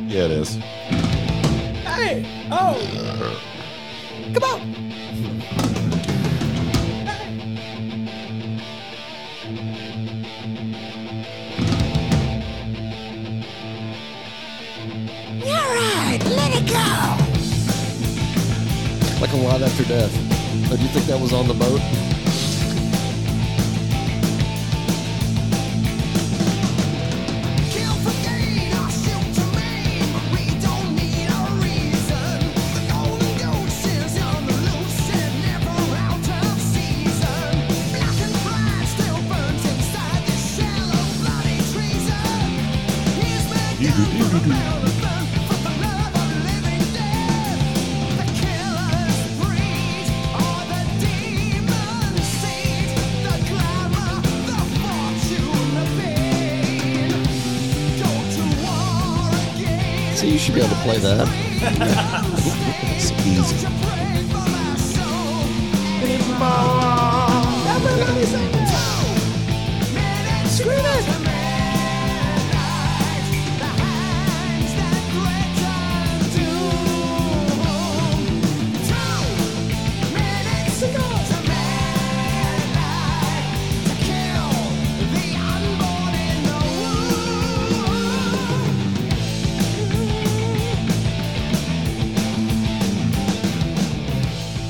Yeah, it is.
Hey! Oh! Come on! Hey! You're right! Let it go!
Like a lot after death. But do you think that was on the boat?
Kill for gain or shoot to maim. We don't need a reason. The golden goose is on the loose and never out of season. Black and pride still burns inside the shell of bloody treason. He's been down for the barrel of fun, for the love of living death. The killer's breed or the demon's seed. The glamour, the fortune, the pain.
See, you should be able to play that.
it's easy.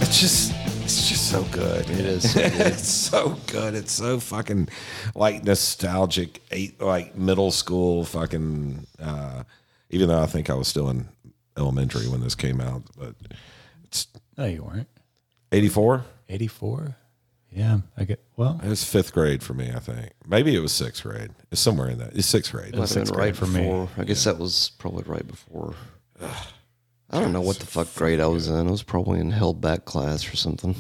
It's just it's just so good. It
is so good.
it's so good. It's so fucking like nostalgic eight like middle school fucking uh even though I think I was still in elementary when this came out, but it's
No, you weren't.
84?
84? Yeah. I get, well,
It was fifth grade for me, I think. Maybe it was sixth grade. It's somewhere in that. It's sixth grade.
Must have
sixth
been
grade
right
for
for
me.
before. I guess that was probably right before. I don't know what the fuck grade I was in. I was probably in held back class or something.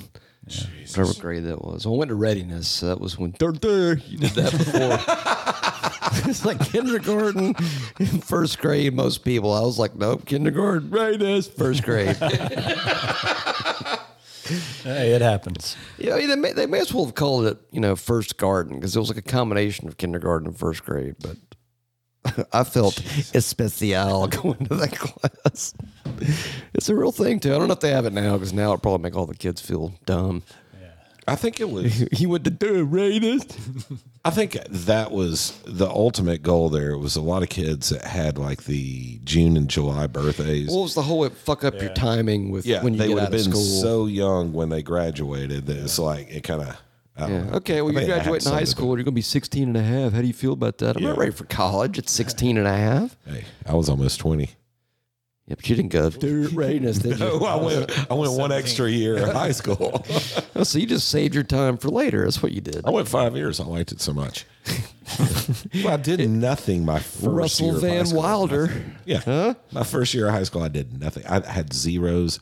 Whatever grade that was. I went to readiness, so that was when third there you did that before. it's like kindergarten, first grade. Most people, I was like, nope, kindergarten, readiness, first grade.
hey, it happens.
you know, they may, they may as well have called it, you know, first garden because it was like a combination of kindergarten and first grade. But I felt especial going to that class. It's a real thing too. I don't know if they have it now because now it probably make all the kids feel dumb.
I think it was
He went to do Raiders.
I think that was the ultimate goal there. It was a lot of kids that had like the June and July birthdays.
What was the whole it fuck up your timing with
yeah,
when you
they
get
would
out
have
of
been
school?
so young when they graduated that it's like it kind of.
yeah. Okay, well, you graduate in high school, you're going to be 16 and a half. How do you feel about that? I'm not
Yeah.
ready for college at 16 and a half.
Hey, I was almost twenty.
Yeah, but you didn't go to Raiders, did you?
Oh, I went. I went one extra year in high school.
Oh, so you just saved your time for later. That's what you did.
I went five years. I liked it so much. well, I did nothing my first
Russell
year of high
Van
school.
Wilder.
Yeah, my first year of high school, I did nothing. I had zeros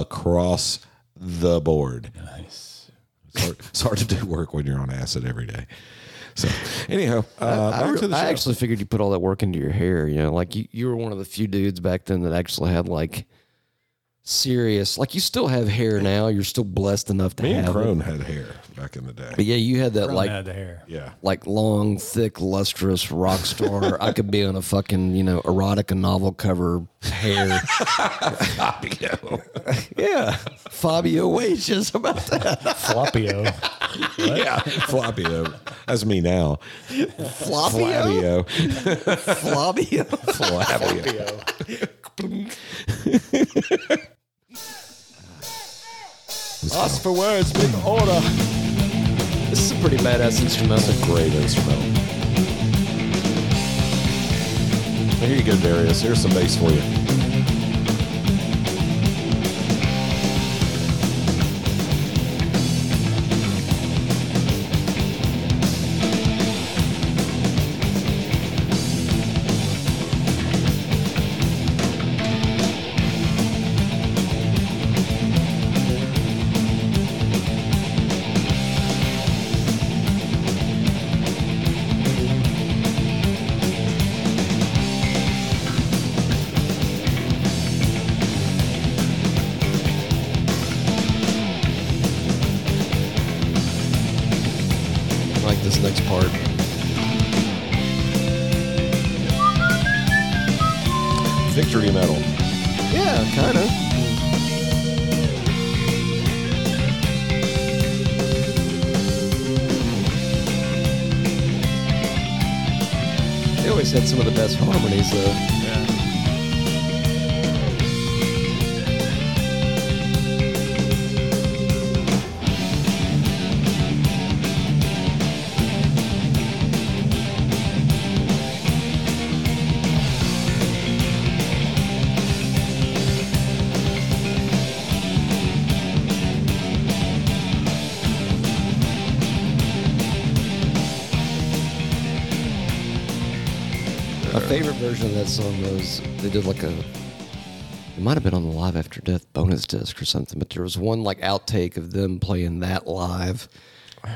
across the board.
Nice.
It's hard, it's hard to do work when you're on acid every day. So, anyhow, uh,
I,
back
re-
to the
I
show.
actually figured you put all that work into your hair. You know, like you, you were one of the few dudes back then that actually had like serious. Like you still have hair now. You're still blessed enough to
Me and
have it.
Crone had hair back in the day.
But yeah, you had that
Like,
like
out of the hair.
Yeah.
like long, thick, lustrous rock star. I could be on a fucking you know erotica novel cover hair. yeah, Fabio wages about that
Floppio.
Yeah. Floppio. That's me now.
Flavio. Flavio.
Flavio. Flavio.
Ask for words, big order.
This is a pretty badass instrumental.
Great instrumental. Here you go, Darius. Here's some bass for you.
I like this next part.
Victory medal.
Yeah, kind of. They always had some of the best harmonies, though. My favorite version of that song was they did like a. It might have been on the Live After Death bonus disc or something, but there was one like outtake of them playing that live,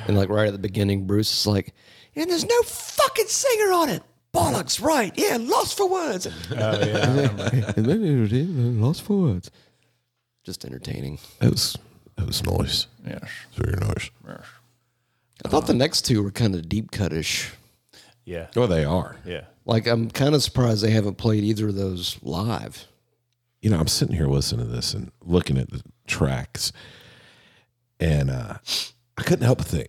and like right at the beginning, Bruce is like, "And there's no fucking singer on it." Bollocks, right? Yeah, lost for words.
Oh, yeah.
uh, lost for words. Just entertaining.
It was, it was nice.
yes.
Very nice.
I thought the next two were kind of deep cutish.
Yeah.
Well, they are.
Yeah.
Like I'm kind of surprised they haven't played either of those live.
you know, I'm sitting here listening to this and looking at the tracks, and uh, I couldn't help but think,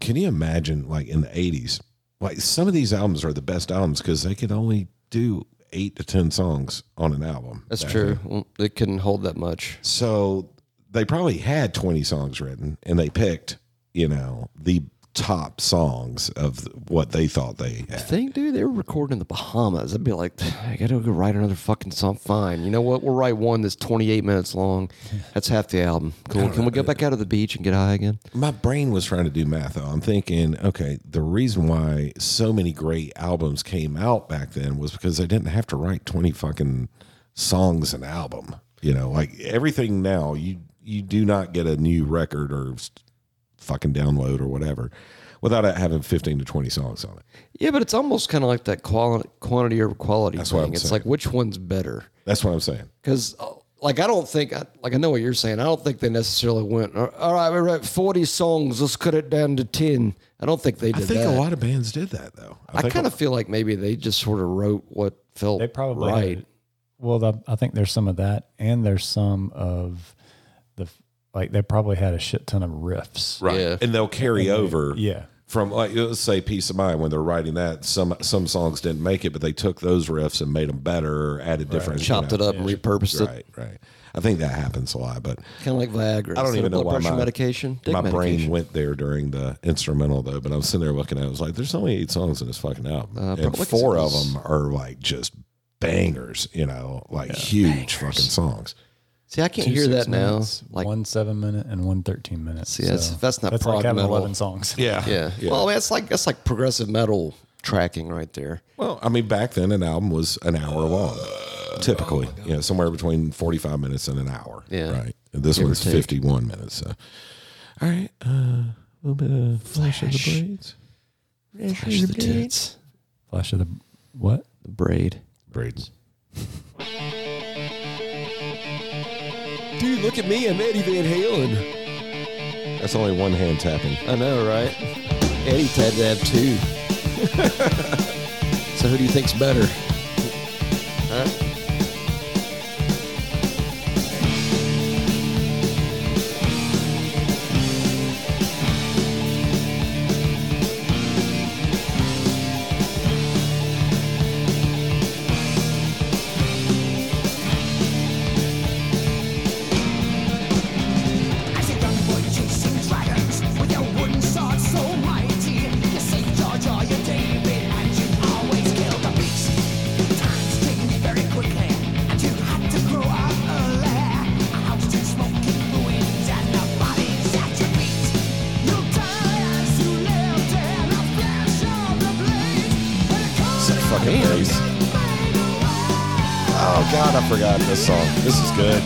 can you imagine, like in the '80s, like some of these albums are the best albums because they could only do eight to ten songs on an album.
That's
back
true.
then.
Well, they couldn't hold that much.
So they probably had 20 songs written, and they picked, you know, the top songs of what they thought they had.
Thing, dude, they were recording in the Bahamas. I'd be like, I gotta go write another fucking song. Fine. You know what? We'll write one that's 28 minutes long. That's half the album. Cool. Can we go back out to the beach and get high again?
my brain was trying to do math though. I'm thinking, okay, the reason why so many great albums came out back then was because they didn't have to write 20 fucking songs an album. You know, like everything now, you you do not get a new record or s- fucking download or whatever without it having 15 to 20 songs on it.
Yeah, but it's almost kind of like that quality, quantity over quality
That's what
thing.
I'm
it's
saying.
like which one's better.
That's what I'm saying.
Because, like, I don't think, I- like, I know what you're saying. I don't think they necessarily went, all all right, we wrote 40 songs, let's cut it down to 10. I don't think they did
I think
that.
a lot of bands did that though.
I
think
kind of feel like maybe they just sort of wrote what felt
They probably
right.
had- well, the, I think there's some of that, and there's some of the f- like they probably had a shit ton of riffs.
right.
Yeah.
And they'll carry over
Yeah.
from like let's say peace of mind when they're writing that some some songs didn't make it but they took those riffs and made them better or added different you
Chopped
know.
it up and repurposed it.
right right i think that happens a lot but
Kind of like Viagra.
i don't
Instead
even
of
know
blood
why
pressure
my,
medication. dick
my brain
medication.
went there during the instrumental though but i'm sitting there looking at it I was like there's only eight songs in this fucking album
Uh,
and
probably 'cause
four
it
of
was-
them are like just bangers you know like huge fucking songs
See, I can't
Two
hear
six
that
minutes,
now. Like,
one seven minute and one 13 minute.
See, that's- that's not
that's like
prog
having
metal.
11 songs.
yeah
yeah. Well, I mean, it's like that's like progressive metal tracking right there.
Well, I mean, back then an album was an hour long, typically, you know, somewhere between forty-five minutes and an hour.
Oh Yeah.
right. And this
Give or
one's
take.
fifty-one minutes. So. All right, a little bit of flash of the braids.
Flash the tits.
Flash of the what?
The braid.
Braids.
Dude, look at me. I'm Eddie Van Halen.
That's only one hand tapping.
I know, right? Eddie's had to have two. so who do you think's better? Huh?
I see Dumbledore chasing dragons with your wooden sword so mighty. You say George or you David, and you always kill the beast. Times change very quickly, and you had to grow up early. A house to smoke in ruins, and the bodies at your feet. You'll die as you lived in a flash of the blade. When it comes
Sick fucking bass. Oh God, I forgot this song. This is good.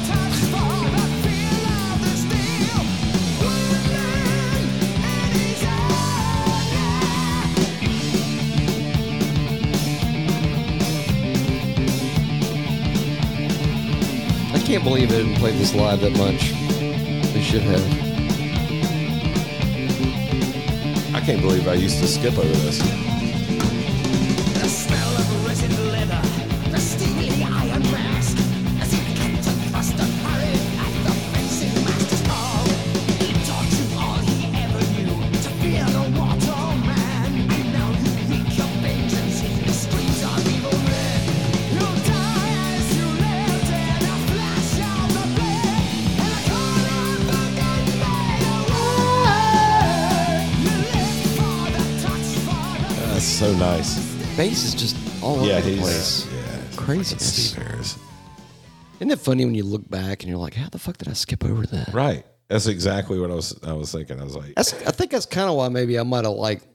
I can't believe they didn't play this live that much. They should have.
I can't believe I used to skip over this.
The smell of resin leather, the steely iron mask, as it kept and thrust and hurried at the fencing master's call. He taught you all he ever knew to fear the waterman, and now you wreak your vengeance in the streets of evil red. You'll die as you lived in a flash of the blade, in a corner broken by the word. You live for the touch, for the
That's so nice.
Bass is just all
Yeah,
over the
he's
place.
yeah, it's
Craziness.
fucking Steve Harris.
Isn't it funny when you look back and you're like, how the fuck did I skip over that?
Right. That's exactly what I was. I was thinking. I was like,
That's, I think that's kind of why maybe I might have liked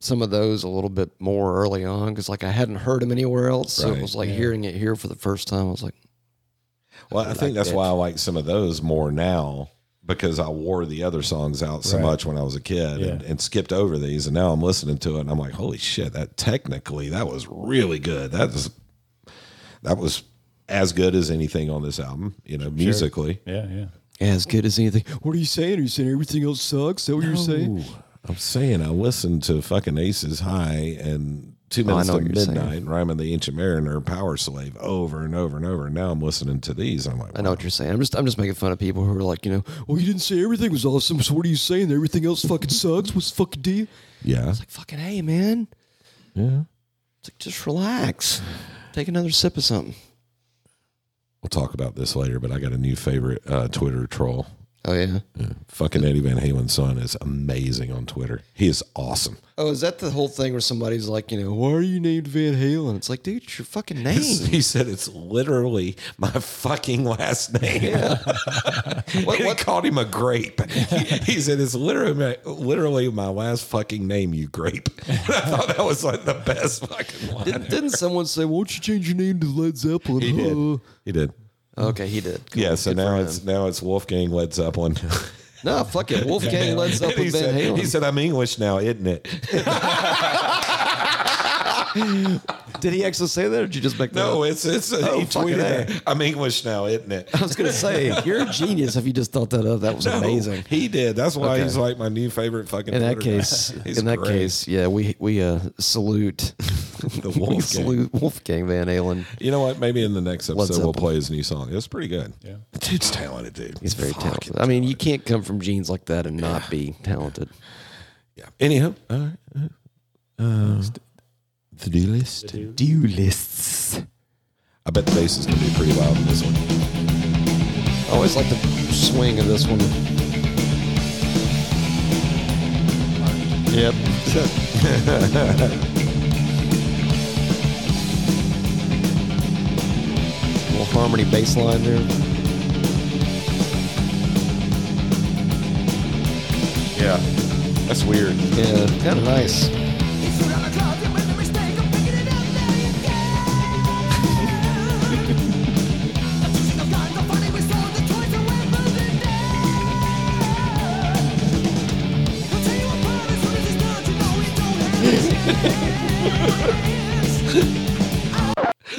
some of those a little bit more early on because like I hadn't heard them anywhere else. So
Right.
it was like hearing it here for the first time. I was like,
Well, I think that's
that.
why I like some of those more now because I wore the other songs out so
Right.
much when I was a kid and,
Yeah.
and skipped over these. And now I'm listening to it and I'm like, holy shit, that technically, that was really good. That was, that was as good as anything on this album, you know, musically.
Yeah, yeah.
as good as anything. What are you saying? Are you saying everything else sucks? Is that what you're saying?
Ooh, I'm saying I listened to fucking Aces High and Two
Oh, I
Minutes
know
to
what you're saying.
Midnight, Rhyming the Ancient Mariner, Power Slave over and over and over. And now I'm listening to these. And I'm like,
I know what you're saying. I'm just I'm just making fun of people who are like, you know, well, you didn't say everything was awesome. So what are you saying? That Everything else fucking sucks. What's the fucking deal?
yeah.
It's like fucking hey, man.
Yeah.
It's like just relax. Take another sip of something.
We'll talk about this later, but I got a new favorite uh, Twitter troll.
Oh yeah.
Fucking Eddie Van Halen's son is amazing on Twitter. He is awesome.
Oh, is that the whole thing where somebody's like, you know, why are you named Van Halen? It's like, dude, it's your fucking name.
He said it's literally my fucking last name.
What-
He
what-
called him a grape. He, he said it's literally my, literally my last fucking name, you grape. I thought that was like the best fucking line.
Didn't, didn't someone say, "Why don't you change your name to Led Zeppelin?"
He did. He did.
Okay, he did. Cool.
Yeah. So
Good for
now
him.
it's now it's Wolfgang Led Zeppelin.
no fuck it. Wolfgang Led
And he,
Zeppelin Van
said,
Halen.
he said, "I'm English now, isn't it?"
did he actually say that, or did you just make that?
No,
up?
it's it's.
Oh,
he
fucking
tweeted
A.
that. I'm English now, isn't it?
I was gonna say you're a genius if you just thought that up. That was
No,
amazing.
He did. That's why
Okay.
he's like my new favorite fucking.
In that
Twitter guy.
case,
He's
in that
great.
case, yeah, we we uh, salute
the
we
Wolf Gang.
salute Wolfgang Van Halen.
You know what? Maybe in the next episode we'll
Zeppelin.
play his new song. It's pretty good.
Yeah.
The dude's talented, dude.
He's very
Fucking
talented. I mean, you can't come from genes like that and not be talented.
Yeah. Anyhow, all right. Uh, the D list.
Do lists.
I bet the bass is gonna be pretty loud in this one.
I always like the swing of this one. Yep. little harmony bass line there.
Yeah. That's weird.
Yeah, kind of nice.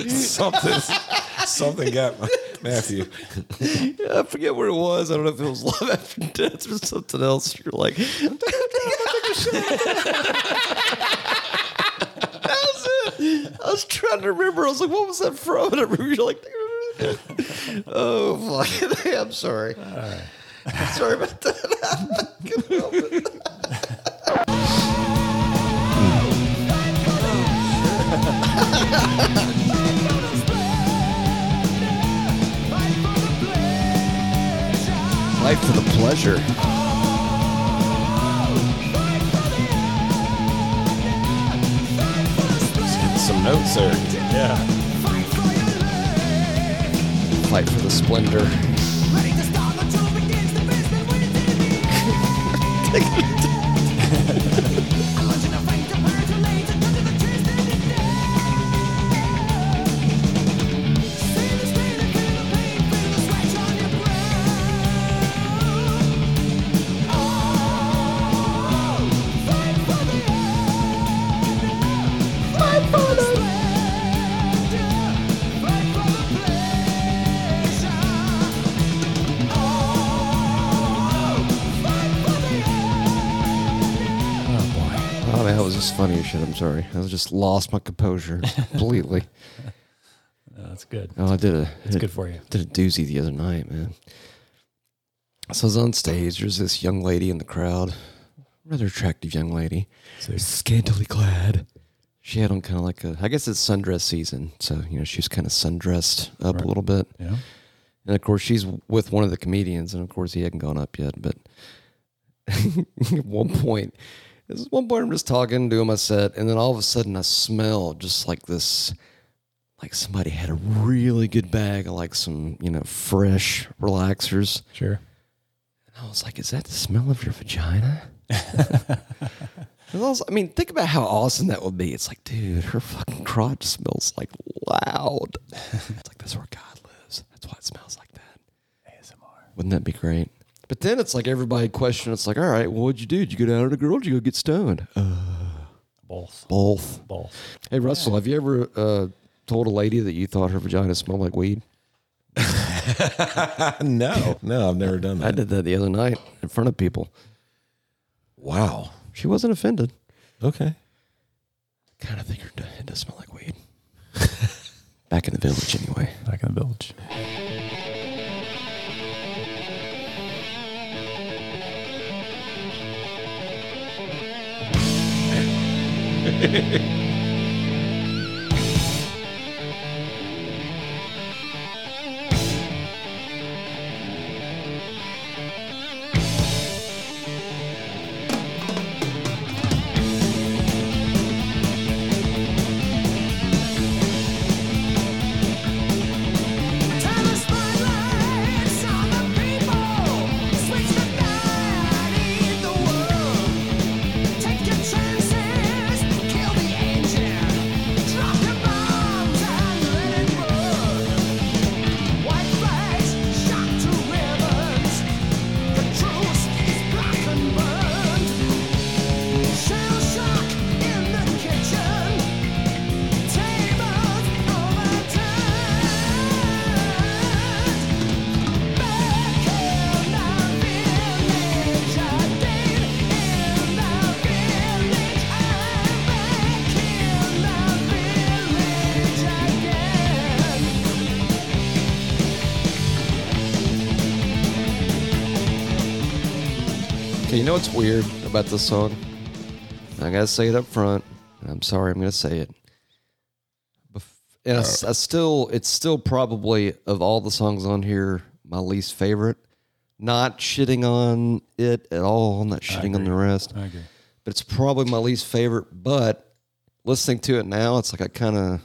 Something. something got my. Matthew.
Yeah, I forget where it was. I don't know if it was Love After Death or something else. You're like, that was it. I was trying to remember. I was like, what was that from? And I remember you're like, oh, fuck. I'm sorry. Sorry about that. I couldn't help it. Life for the pleasure.
Some notes there.
Yeah.
Fight for the splendor.
Oh boy.
Oh, that was just funny as shit. I'm sorry. I just lost my composure completely.
That's good.
Oh, I did a,
It's good for you.
did a doozy the other night, man. So I was on stage. There's this young lady in the crowd, rather attractive young lady,
So-
scantily clad. She had on kind of like a, I guess it's sundress season. So, you know, she was kind of sundressed up a little bit.
Yeah.
And of course, she's with one of the comedians, and of course, he hadn't gone up yet. But at one point, this is one point I'm just talking, doing my set, and then all of a sudden, I smell just like this, like somebody had a really good bag of like some, you know, fresh relaxers.
Sure.
I was like, is that the smell of your vagina? 'Cause I, was- I mean, think about how awesome that would be. It's like, dude, her fucking crotch smells like loud. it's like, that's where God lives. That's why it smells like that. ASMR. Wouldn't that be great? But then it's like everybody questioned. It's like, all right, well, what'd you do? Did you go down to the girl? Did you go get stoned? Uh,
Both.
both.
Both.
Hey, Russell, have you ever uh, told a lady that you thought her vagina smelled like weed?
No, no, I've never done
I
that.
did that the other night in front of people.
Wow.
She wasn't offended.
Okay.
kind of think her d- it does smell like weed. Back in the village, anyway.
Back in the village.
Shell shock in the kitchen. Tables overturned. Back in the village again. In the village, I'm back in the village again.
Okay, you know what's weird about this song? I gotta say it up front. and I'm sorry, I'm gonna say it. Bef- And I, s- I still, it's still probably of all the songs on here, my least favorite. Not shitting on it at all. I'm not shitting on the rest.
I agree.
But it's probably my least favorite. But listening to it now, it's like I kind of,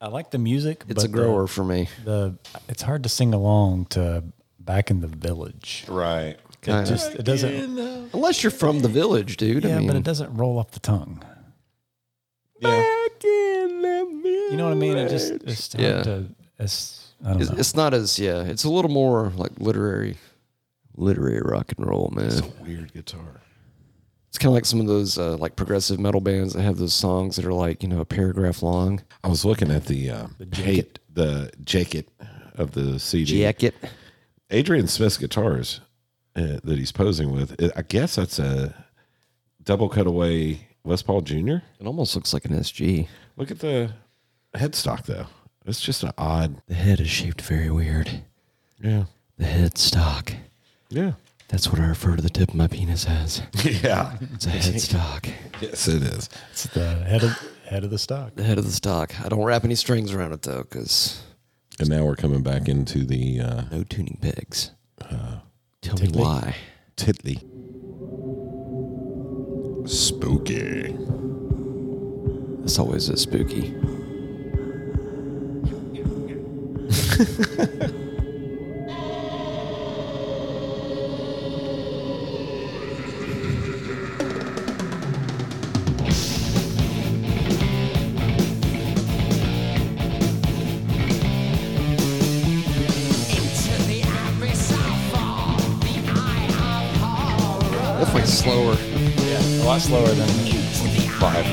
I like the music.
it's a
the-
grower for me.
The, it's hard to sing along to "Back in the Village."
Right.
It just it doesn't.
Unless you're from the village, dude.
Yeah,
I mean,
but it doesn't roll off the tongue.
Yeah.
You know what I mean? It just it's hard
Yeah.
to. It's I don't
It's,
know.
it's not as yeah. It's a little more like literary, literary rock and roll, man. It's,
Weird guitar.
kind of like some of those uh, like progressive metal bands that have those songs that are like you know a paragraph long.
I was looking at the um, the uh, jacket, the jacket of the CD.
Jacket.
Adrian Smith's guitars uh, that he's posing with, uh, I guess that's a double cutaway Les Paul Jr.
It almost looks like an SG.
Look at the headstock though. It's just an odd.
The head is shaped very weird.
Yeah.
The headstock.
Yeah.
That's what I refer to the tip of my penis as.
Yeah.
It's a headstock.
yes, it is.
It's the head of head of the stock.
The head of the stock. I don't wrap any strings around it though, because
And now we're coming back into the uh,
no tuning pegs. Tell me why.
tiddly. Spooky.
It's always a spooky. Definitely slower.
A lot slower than
Five.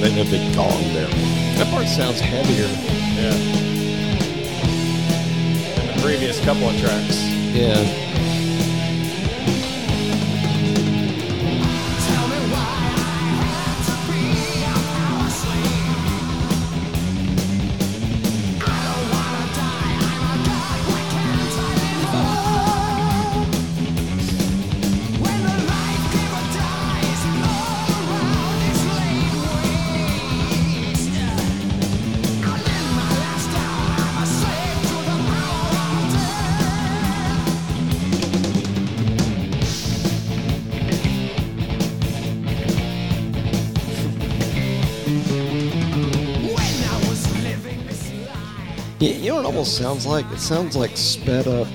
They had a big gong there.
That part sounds heavier.
the previous couple of tracks.
Yeah. You, you know what it almost sounds like? It sounds like sped up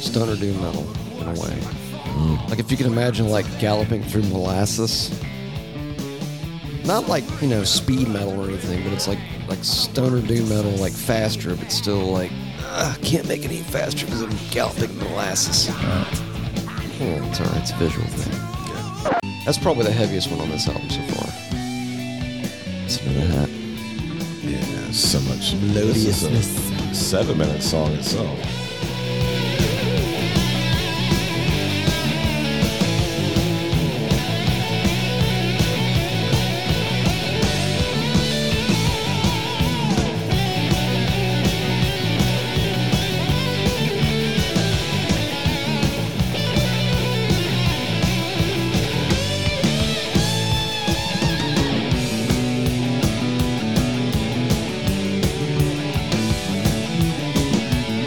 stoner doom metal in a way. Like if you can imagine like galloping through molasses. Not like, you know, speed metal or anything, but it's like like stoner doom metal, like faster, but still like "Ugh, I can't make it any faster because I'm galloping in molasses. Oh, it's alright, it's a visual thing. That's probably the heaviest one on this album so far. Listen to that.
Yeah, so much This is a seven minute song itself.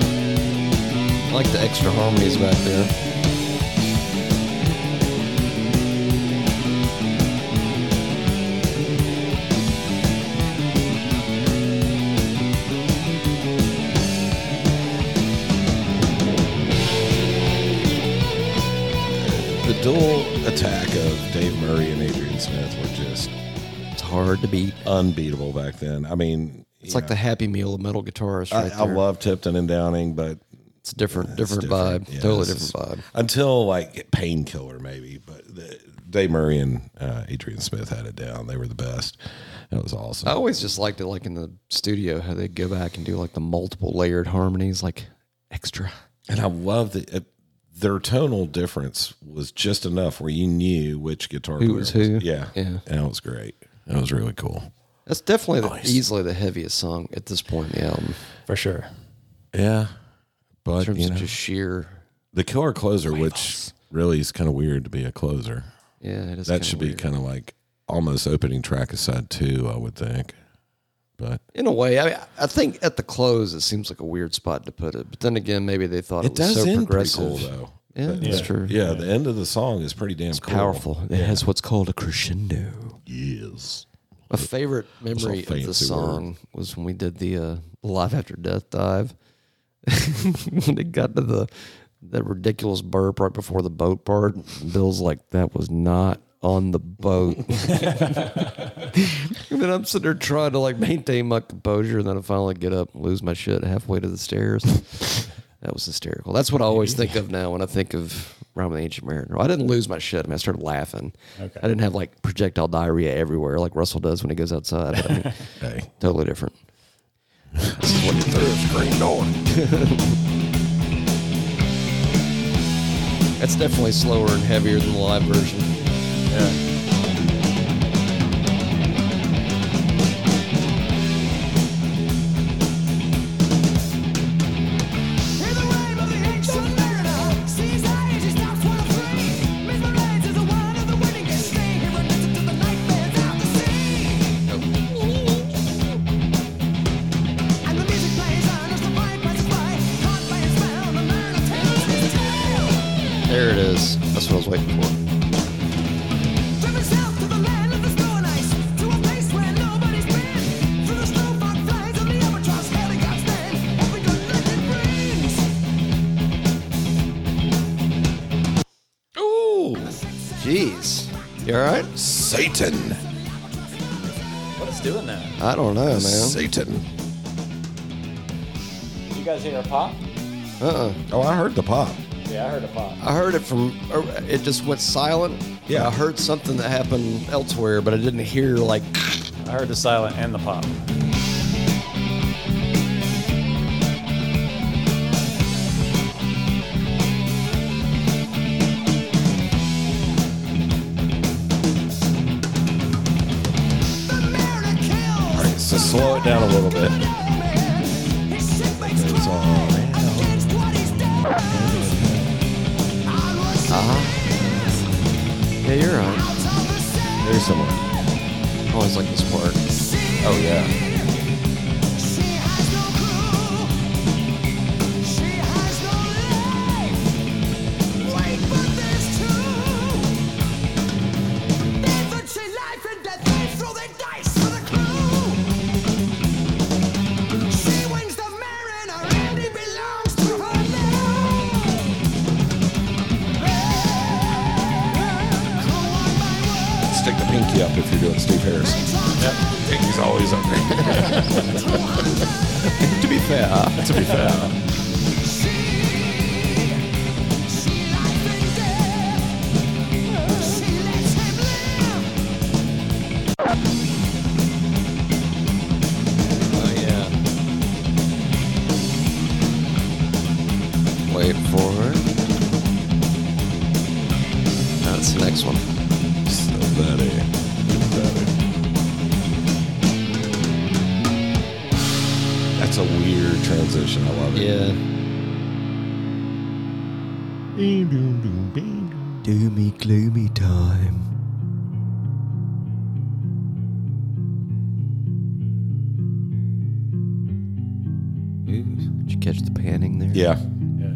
I like the extra harmonies back there.
The dual attack of Dave Murray and Adrian Smith were just
It's hard to beat.
unbeatable back then. I mean,
It's like the Happy Meal of metal guitarists,
I,
right
I
there.
love Tipton and Downing, but
it's a different,
it's
different,
different.
vibe.
Yeah,
totally
this
different
is-
vibe.
until like Painkiller, maybe. But the, Dave Murray and uh, Adrian Smith had it down. They were the best. That was awesome.
I always just liked it, like in the studio, how they go back and do like the multiple layered harmonies, like extra.
And I love that uh, their tonal difference was just enough where you knew which guitar
Who
player
was
was-
who.
Yeah,
Yeah.
And that was great. That was really cool.
That's definitely the, easily the heaviest song at this point in the album
For sure.
Yeah,
in
but
terms
you
of
know,
just sheer.
the killer closer, which really is kind of weird to be a closer.
Yeah, it is
that should be kind of like almost opening track aside two, I would think. But
in a way. I, I think at the close, it seems like a weird spot to put it, but then again, maybe they thought it, was so progressive.
though.
Yeah, that's true.
Yeah, the end of the song is pretty damn cool.
Powerful. It has what's called a crescendo.
Yes.
My favorite memory of
fancy
the
word.
song was when we did the uh, live after death dive. when it got to the that ridiculous burp right before the boat part, Bill's like, "That was not on the boat. and then I'm sitting there trying to like maintain my composure, and then I finally get up and lose my shit halfway to the stairs. that was hysterical. That's what I always think of now when I think of Rhyme of the Ancient Mariner. I didn't lose my shit. I mean, I started laughing.
Okay.
I didn't have like projectile diarrhea everywhere like Russell does when he goes outside. But I mean,
Hey.
totally different.
What the third screen door.
That's definitely slower and heavier than the live version.
Yeah.
There it is. That's what I was waiting for.
Ooh,
Jeez. You all right?
Satan.
What is doing that?
I don't know, man.
Satan.
You guys hear a pop?
Uh-uh.
Oh, I heard the pop.
Yeah, I heard a pop.
I heard it from, or it just went silent.
Yeah.
I heard something that happened elsewhere, but I didn't hear, like,
I heard the silent and the pop.
All right, so slow it down a little bit. It's all
yeah, you're right.
Uh-huh. There's someone.
I always like this part.
Oh yeah. Stick the pinky up if you're doing Steve Harris. Pinky's always up there.
To be fair,
to be fair.
Oh, yeah. Wait for it. That's the next one.
So better. Better. That's a weird transition. I love it.
Yeah.
Doomy gloomy time.
Did you catch the panning there?
Yeah.
Yeah.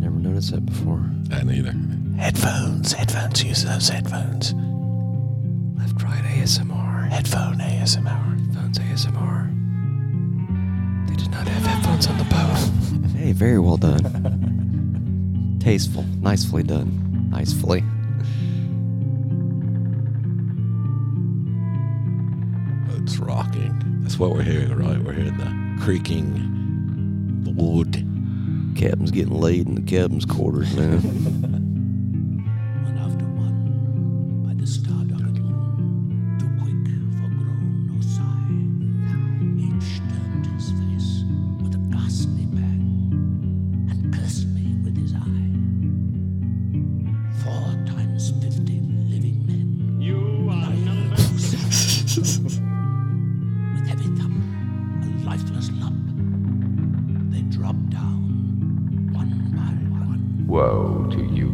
Never noticed that before.
I neither.
Headphones, headphones, use those headphones.
Left, right, ASMR.
Headphone ASMR.
Headphones, ASMR. They did not have headphones on the boat. hey, very well done. Tasteful. Nicely done. Nicely.
It's rocking. That's what we're hearing, right? We're hearing the creaking the wood.
Captain's getting laid in the captain's quarters now.
One after one, by the star-dotted moon, too quick for groan or sigh. Each turned his face with a ghastly bang, and cursed me with his eye. Four times fifty living men. You are number With heavy thump, a lifeless lump, they drop down one by one.
Woe to you.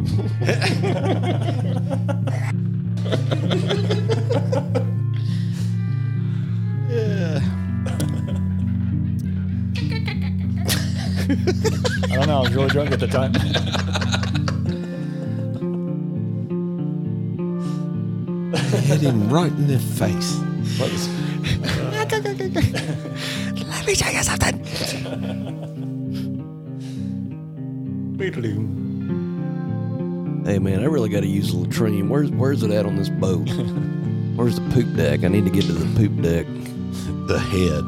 I don't know. I was really drunk at the time.
Hit him right in the face.
Let me tell you something.
hey man, I really got to use the latrine. Where's where's it at on this boat? Where's the poop deck? I need to get to the poop deck.
The head.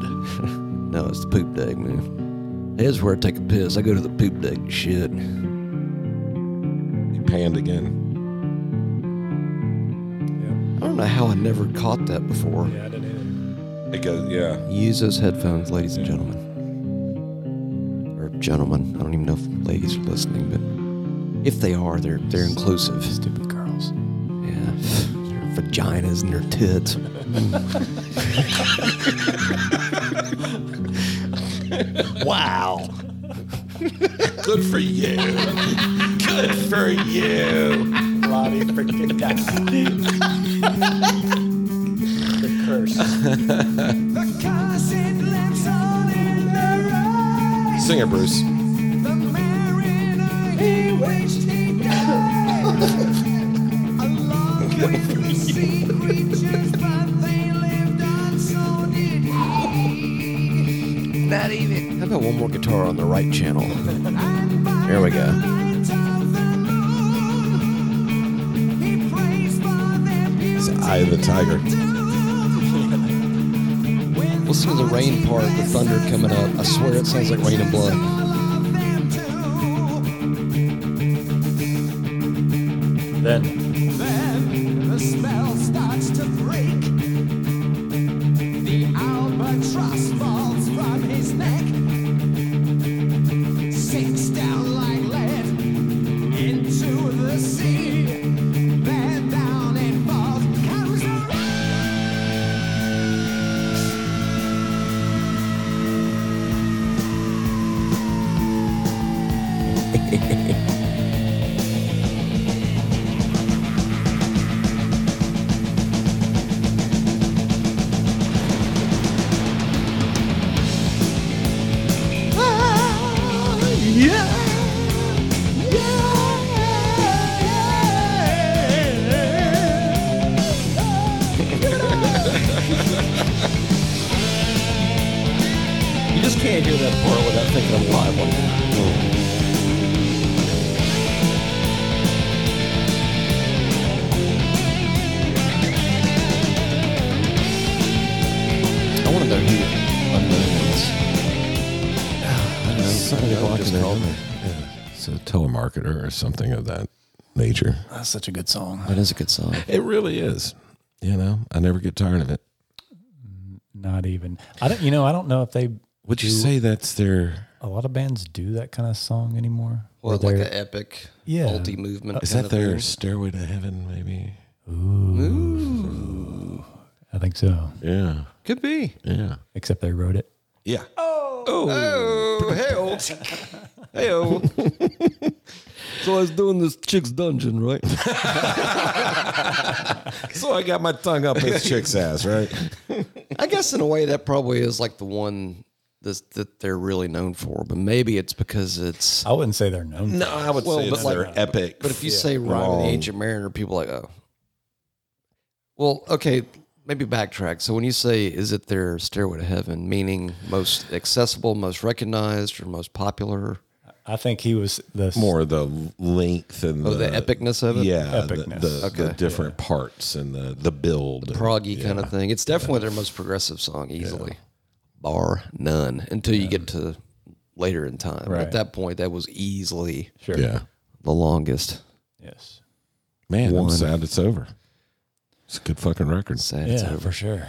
No, it's the poop deck, man. Here's where I take a piss. I go to the poop deck and shit.
He panned again.
I don't know how I never caught that before.
Yeah, I didn't
It goes, yeah.
Use those headphones, ladies and gentlemen. Or gentlemen. I don't even know if ladies are listening, but if they are, they're they're inclusive.
Stupid girls.
Yeah. Their vaginas and their tits.
Wow. Good for you. Good for you.
Roddy freaking Dusty. the curse.
Sing it, Bruce.
Not even. How about one more guitar on the right channel? There we go.
It's Eye of the Tiger.
Listen to the rain part, the thunder coming up. I swear it sounds like rain and blood.
Then
Then the spell starts to break. The albatross falls from his neck, sinks down like lead into the sea. Then down it falls, comes the rain.
You just can't hear that part without thinking I'm live on that. I want to know who unknown was.
Somebody just called me. Yeah. It's a telemarketer or something of that nature.
that's such a good song.
That is a good song.
It really is. You know, I never get tired of it.
Not even. I don't. You know, I don't know if they.
Would you say that's their?
A lot of bands do that kind of song anymore. Where
Well, like
they're-
an epic
Yeah.
multi-movement.
Is
kind
that
of
their
thing.
Stairway to Heaven? Maybe.
I think so.
Yeah.
Could be.
Yeah.
Except they wrote it.
Yeah.
Oh, hell. Hell. so I was doing this chick's dungeon, right?
So I got my tongue up his chick's ass, right?
I guess in a way that probably is like the one that's, that they're really known for, but maybe it's because it's.
I wouldn't say they're known.
No, I would
Well,
say
but
it's
like-
their epic.
But if you say Rhyme of the
Wrong.
Ancient Mariner, people are like, oh. Well, okay, maybe backtrack. So when you say, is it their stairway to heaven, meaning most accessible, most recognized, or most popular?
I think he was the
more the length and
Oh,
the,
the epicness of it?
Yeah, the,
Epicness.
the, the
Okay.
different parts and the the build.
proggy kind of thing. It's definitely their most progressive song, easily, bar none. Until you get to later in time. But
Right.
At that point, that was easily
Sure.
yeah,
the longest.
Yes.
man,
One.
I'm sad it's over. It's a good fucking record.
Sad it's
Yeah,
over.
for sure.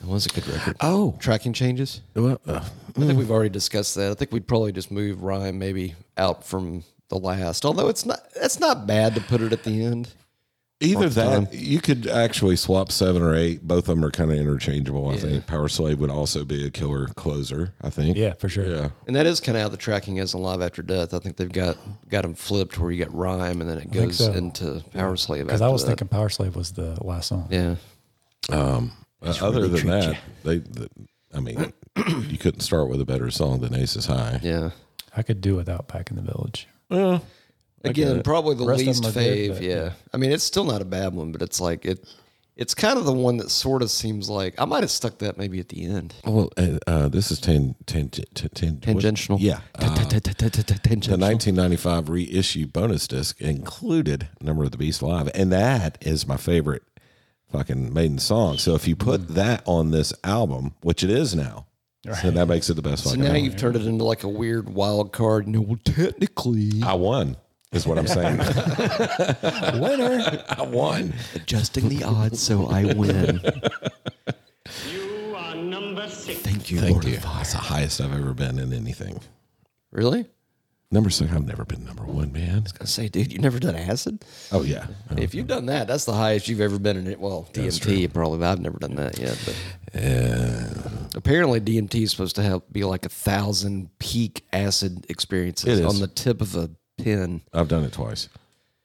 It was a good record.
Oh,
Tracking changes.
well, uh,
I think we've already discussed that. I think we'd probably just move rhyme maybe out from the last. Although it's not that's not bad to put it at the end.
either
Fourth
that you could actually swap seven or eight. Both of them are kind of interchangeable. I think Power Slave would also be a killer closer. I think.
Yeah, for sure.
Yeah. Uh,
And that is kind of how the tracking is in Live After Death. I think they've got got them flipped where you got rhyme and then it goes
so.
into Power Slave.
Because I
after
was
that.
thinking Power Slave was the last song.
yeah.
Uh, other than that, they, the, I mean, you couldn't start with a better song than Ace is High.
Yeah.
I could do without Back in the Village.
Again, probably the
Rest of
least
them are
fave.
good, but-
yeah. I mean, it's still not a bad one, but it's like it
It's kind of the one that sort of seems like I might have stuck that maybe at the end.
Well, uh, uh, this is ten, ten, ten, ten, ten
Tangential.
Yeah. Uh, the
Tangential.
1995 reissue bonus disc included Number of the Beast Live. And that is my favorite fucking Maiden song. So if you put that on this album, which it is now, so that makes it the best
So
fucking
now
album.
you've turned it into like a weird wild card. No, well, technically,
I won, is what I'm saying.
Winner.
I won.
adjusting the odds so I win.
You are number six.
Thank you,
Thank
Lord.
you. That's the highest I've ever been in anything.
Really?
Number six, I've never been number one, man.
I say, dude, you never done acid?
Oh, yeah.
If you've done that, that's the highest you've ever been in it. Well, DMT probably. but I've never done that yet, but apparently DMT is supposed to help be like a thousand peak acid experiences
It is.
on the tip of a pin,
I've done it twice.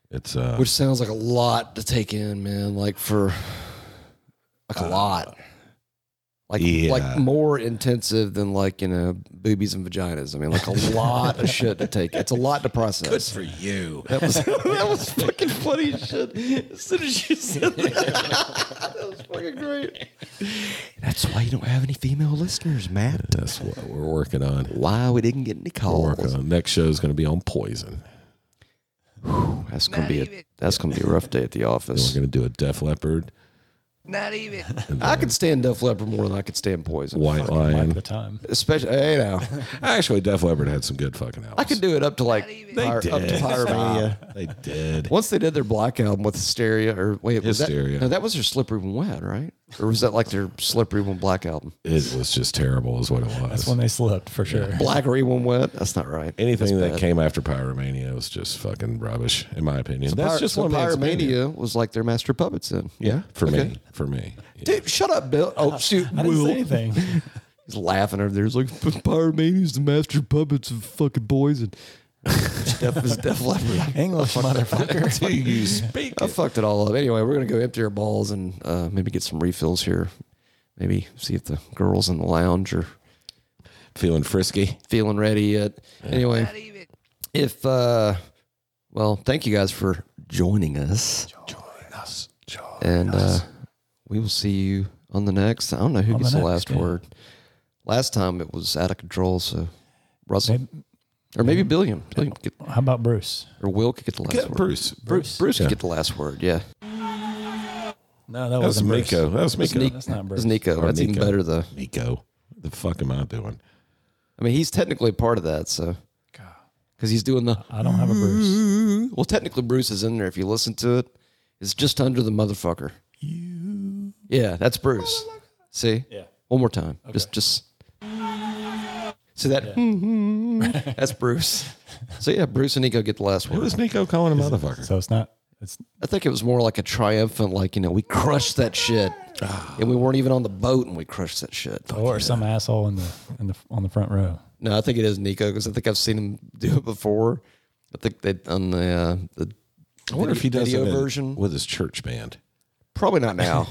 It's uh,
which sounds like a lot to take in, man. Like for like a
Uh,
lot, like
yeah.
like more intensive than like you know boobies and vaginas. I mean, like a lot of shit to take. It's a lot to process.
for you.
That was that was fucking funny as shit. As soon as you said that, that was fucking great. That's why you don't have any female listeners, Matt.
That's what we're working on.
Why we didn't get any
We're working
calls?
on. Next show is going to be on poison.
That's gonna be a that's gonna be a rough day at the
Then we're
office.
going to do a Def Leopard,
Not even.
I could stand Def Leppard more than I could stand Poison.
White
Like
Lion.
the time.
Especially, you know,
Actually, Def Leppard had some good fucking albums.
I could do it up to like Pyro- up to Pyromania.
They did.
Once they did their black album with Hysteria, or wait, was
Hysteria.
That, no, that was their Slippery When Wet, right? Or was that like their Slippery When Black album?
It was just terrible, is what it was.
That's when they slept for sure.
Blackery When Wet? That's not right.
Anything
That's
that
bad.
came after Pyromania was just fucking rubbish, in my opinion. That's
Pyro-
just
so
one man's opinion.
Pyromania was like their master puppets in.
Yeah, for
Okay.
me, for me. Yeah.
Dude, shut up, Bill. Oh shoot,
I didn't
Will.
say anything.
He's laughing over there. He's like, Pyromania's the master puppets of fucking poison. Def is Def Leppard.
English motherfucker.
Do you speak?
I fucked it all up. Anyway, we're gonna go empty our balls and uh, maybe get some refills here. Maybe see if the girls in the lounge are
Feeling frisky?
feeling ready yet. Anyway, if uh, well, thank you guys for joining us.
Join us. Join
And uh, we will see you on the next. I don't know who
On the
gets the,
next,
last
yeah.
word. Last time it was out of control, so Russell
Maybe-
or maybe Billiam, Billiam could-
How about Bruce?
or Will could get the last
Get
word.
Bruce.
Bruce, Bruce
Yeah.
could get the last word. Yeah,
No, that
That was
wasn't Bruce.
Miko. That was Miko.
Nico.
That's not
It's
Bruce.
Nico.
Or
That's even
Nico.
better though.
Nico. The fuck am I doing?
I mean, he's technically part of that, so because he's doing the.
I don't have a Bruce.
Well, technically Bruce is in there. If you listen to it, it's just under the motherfucker. Yeah, that's Bruce. See.
Yeah.
One more time. Just just. See that? That's Bruce. So yeah, Bruce and Nico get the last
What
word.
is Nico calling a motherfucker?
So it's not. It's
I think it was more like a triumphant, like you know, we crushed that shit,
Ah.
and we weren't even on the boat, and we crushed that shit.
or some asshole in the in the on the front row.
No, I think it is Nico because I think I've seen him do it before. I think they on the uh, the
I wonder if he does
video
it in-
version.
with his church band.
Probably not now.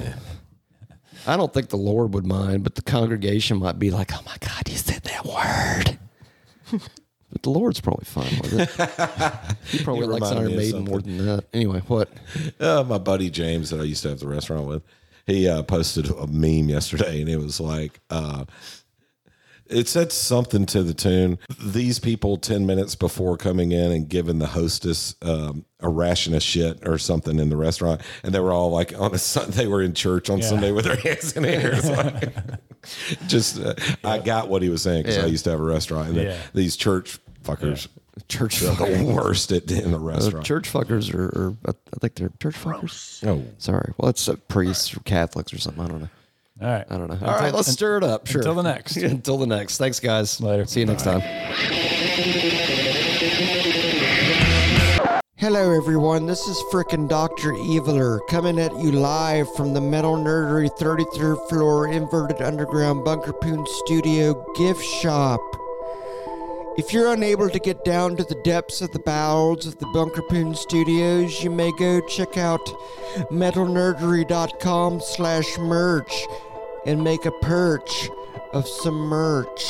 I don't think the Lord would mind, but the congregation might be like, "Oh my God, you said that word." but the Lord's probably fine with it. he probably
You
likes
remind
Iron
me of
Maiden more than that. Anyway, what?
uh, my buddy James that I used to have the restaurant with, he uh, posted a meme yesterday, and it was like, uh, it said something to the tune. These people ten minutes before coming in and giving the hostess um, a ration of shit or something in the restaurant, and they were all like on a Sun- they were in church on Sunday with their hands in the air. It's like- just uh, I got what he was saying because I
Yeah.
used to have a restaurant, and the-
Yeah.
these church fuckers
Church
are
fuckers. Oh,
the worst at in the restaurant.
Church fuckers are, are I I think they're church fuckers.
Oh.
Sorry. Well, it's uh, priests or Catholics or something. I don't know.
All right.
I don't know. All right, let's stir it up. Sure.
until the next.
until the next. Thanks, guys.
Later.
See you next time.
Hello, everyone. This is frickin' Dr. Eviler coming at you live from the Metal Nerdery 33rd floor inverted underground Bunker Poon Studio gift shop. If you're unable to get down to the depths of the bowels of the Bunker Poon Studios, you may go check out metalnerdery.com slash merch and make a perch of some merch.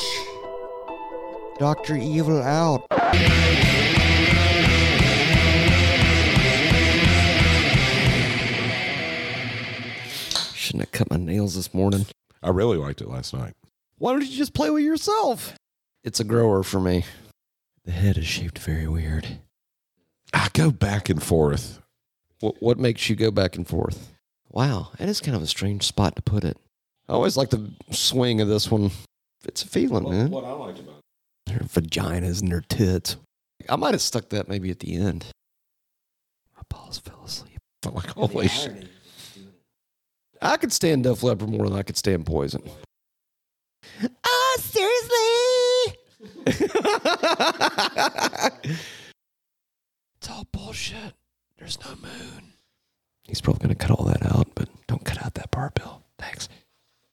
Dr. Evil out.
Shouldn't have cut my nails this morning.
I really liked it last night.
Why don't you just play with yourself? It's a grower for me. The head is shaped very weird.
I go back and forth.
What, what makes you go back and forth? Wow, that is kind of a strange spot to put it. I always like the swing of this one. It's a feeling, man.
I liked about
Their vaginas and their tits. I might have stuck that maybe at the end. My balls fell asleep.
it, like holy shit.
I could stand Def Leppard more than I could stand Poison. Oh, seriously? it's all bullshit. There's no moon. He's probably going to cut all that out.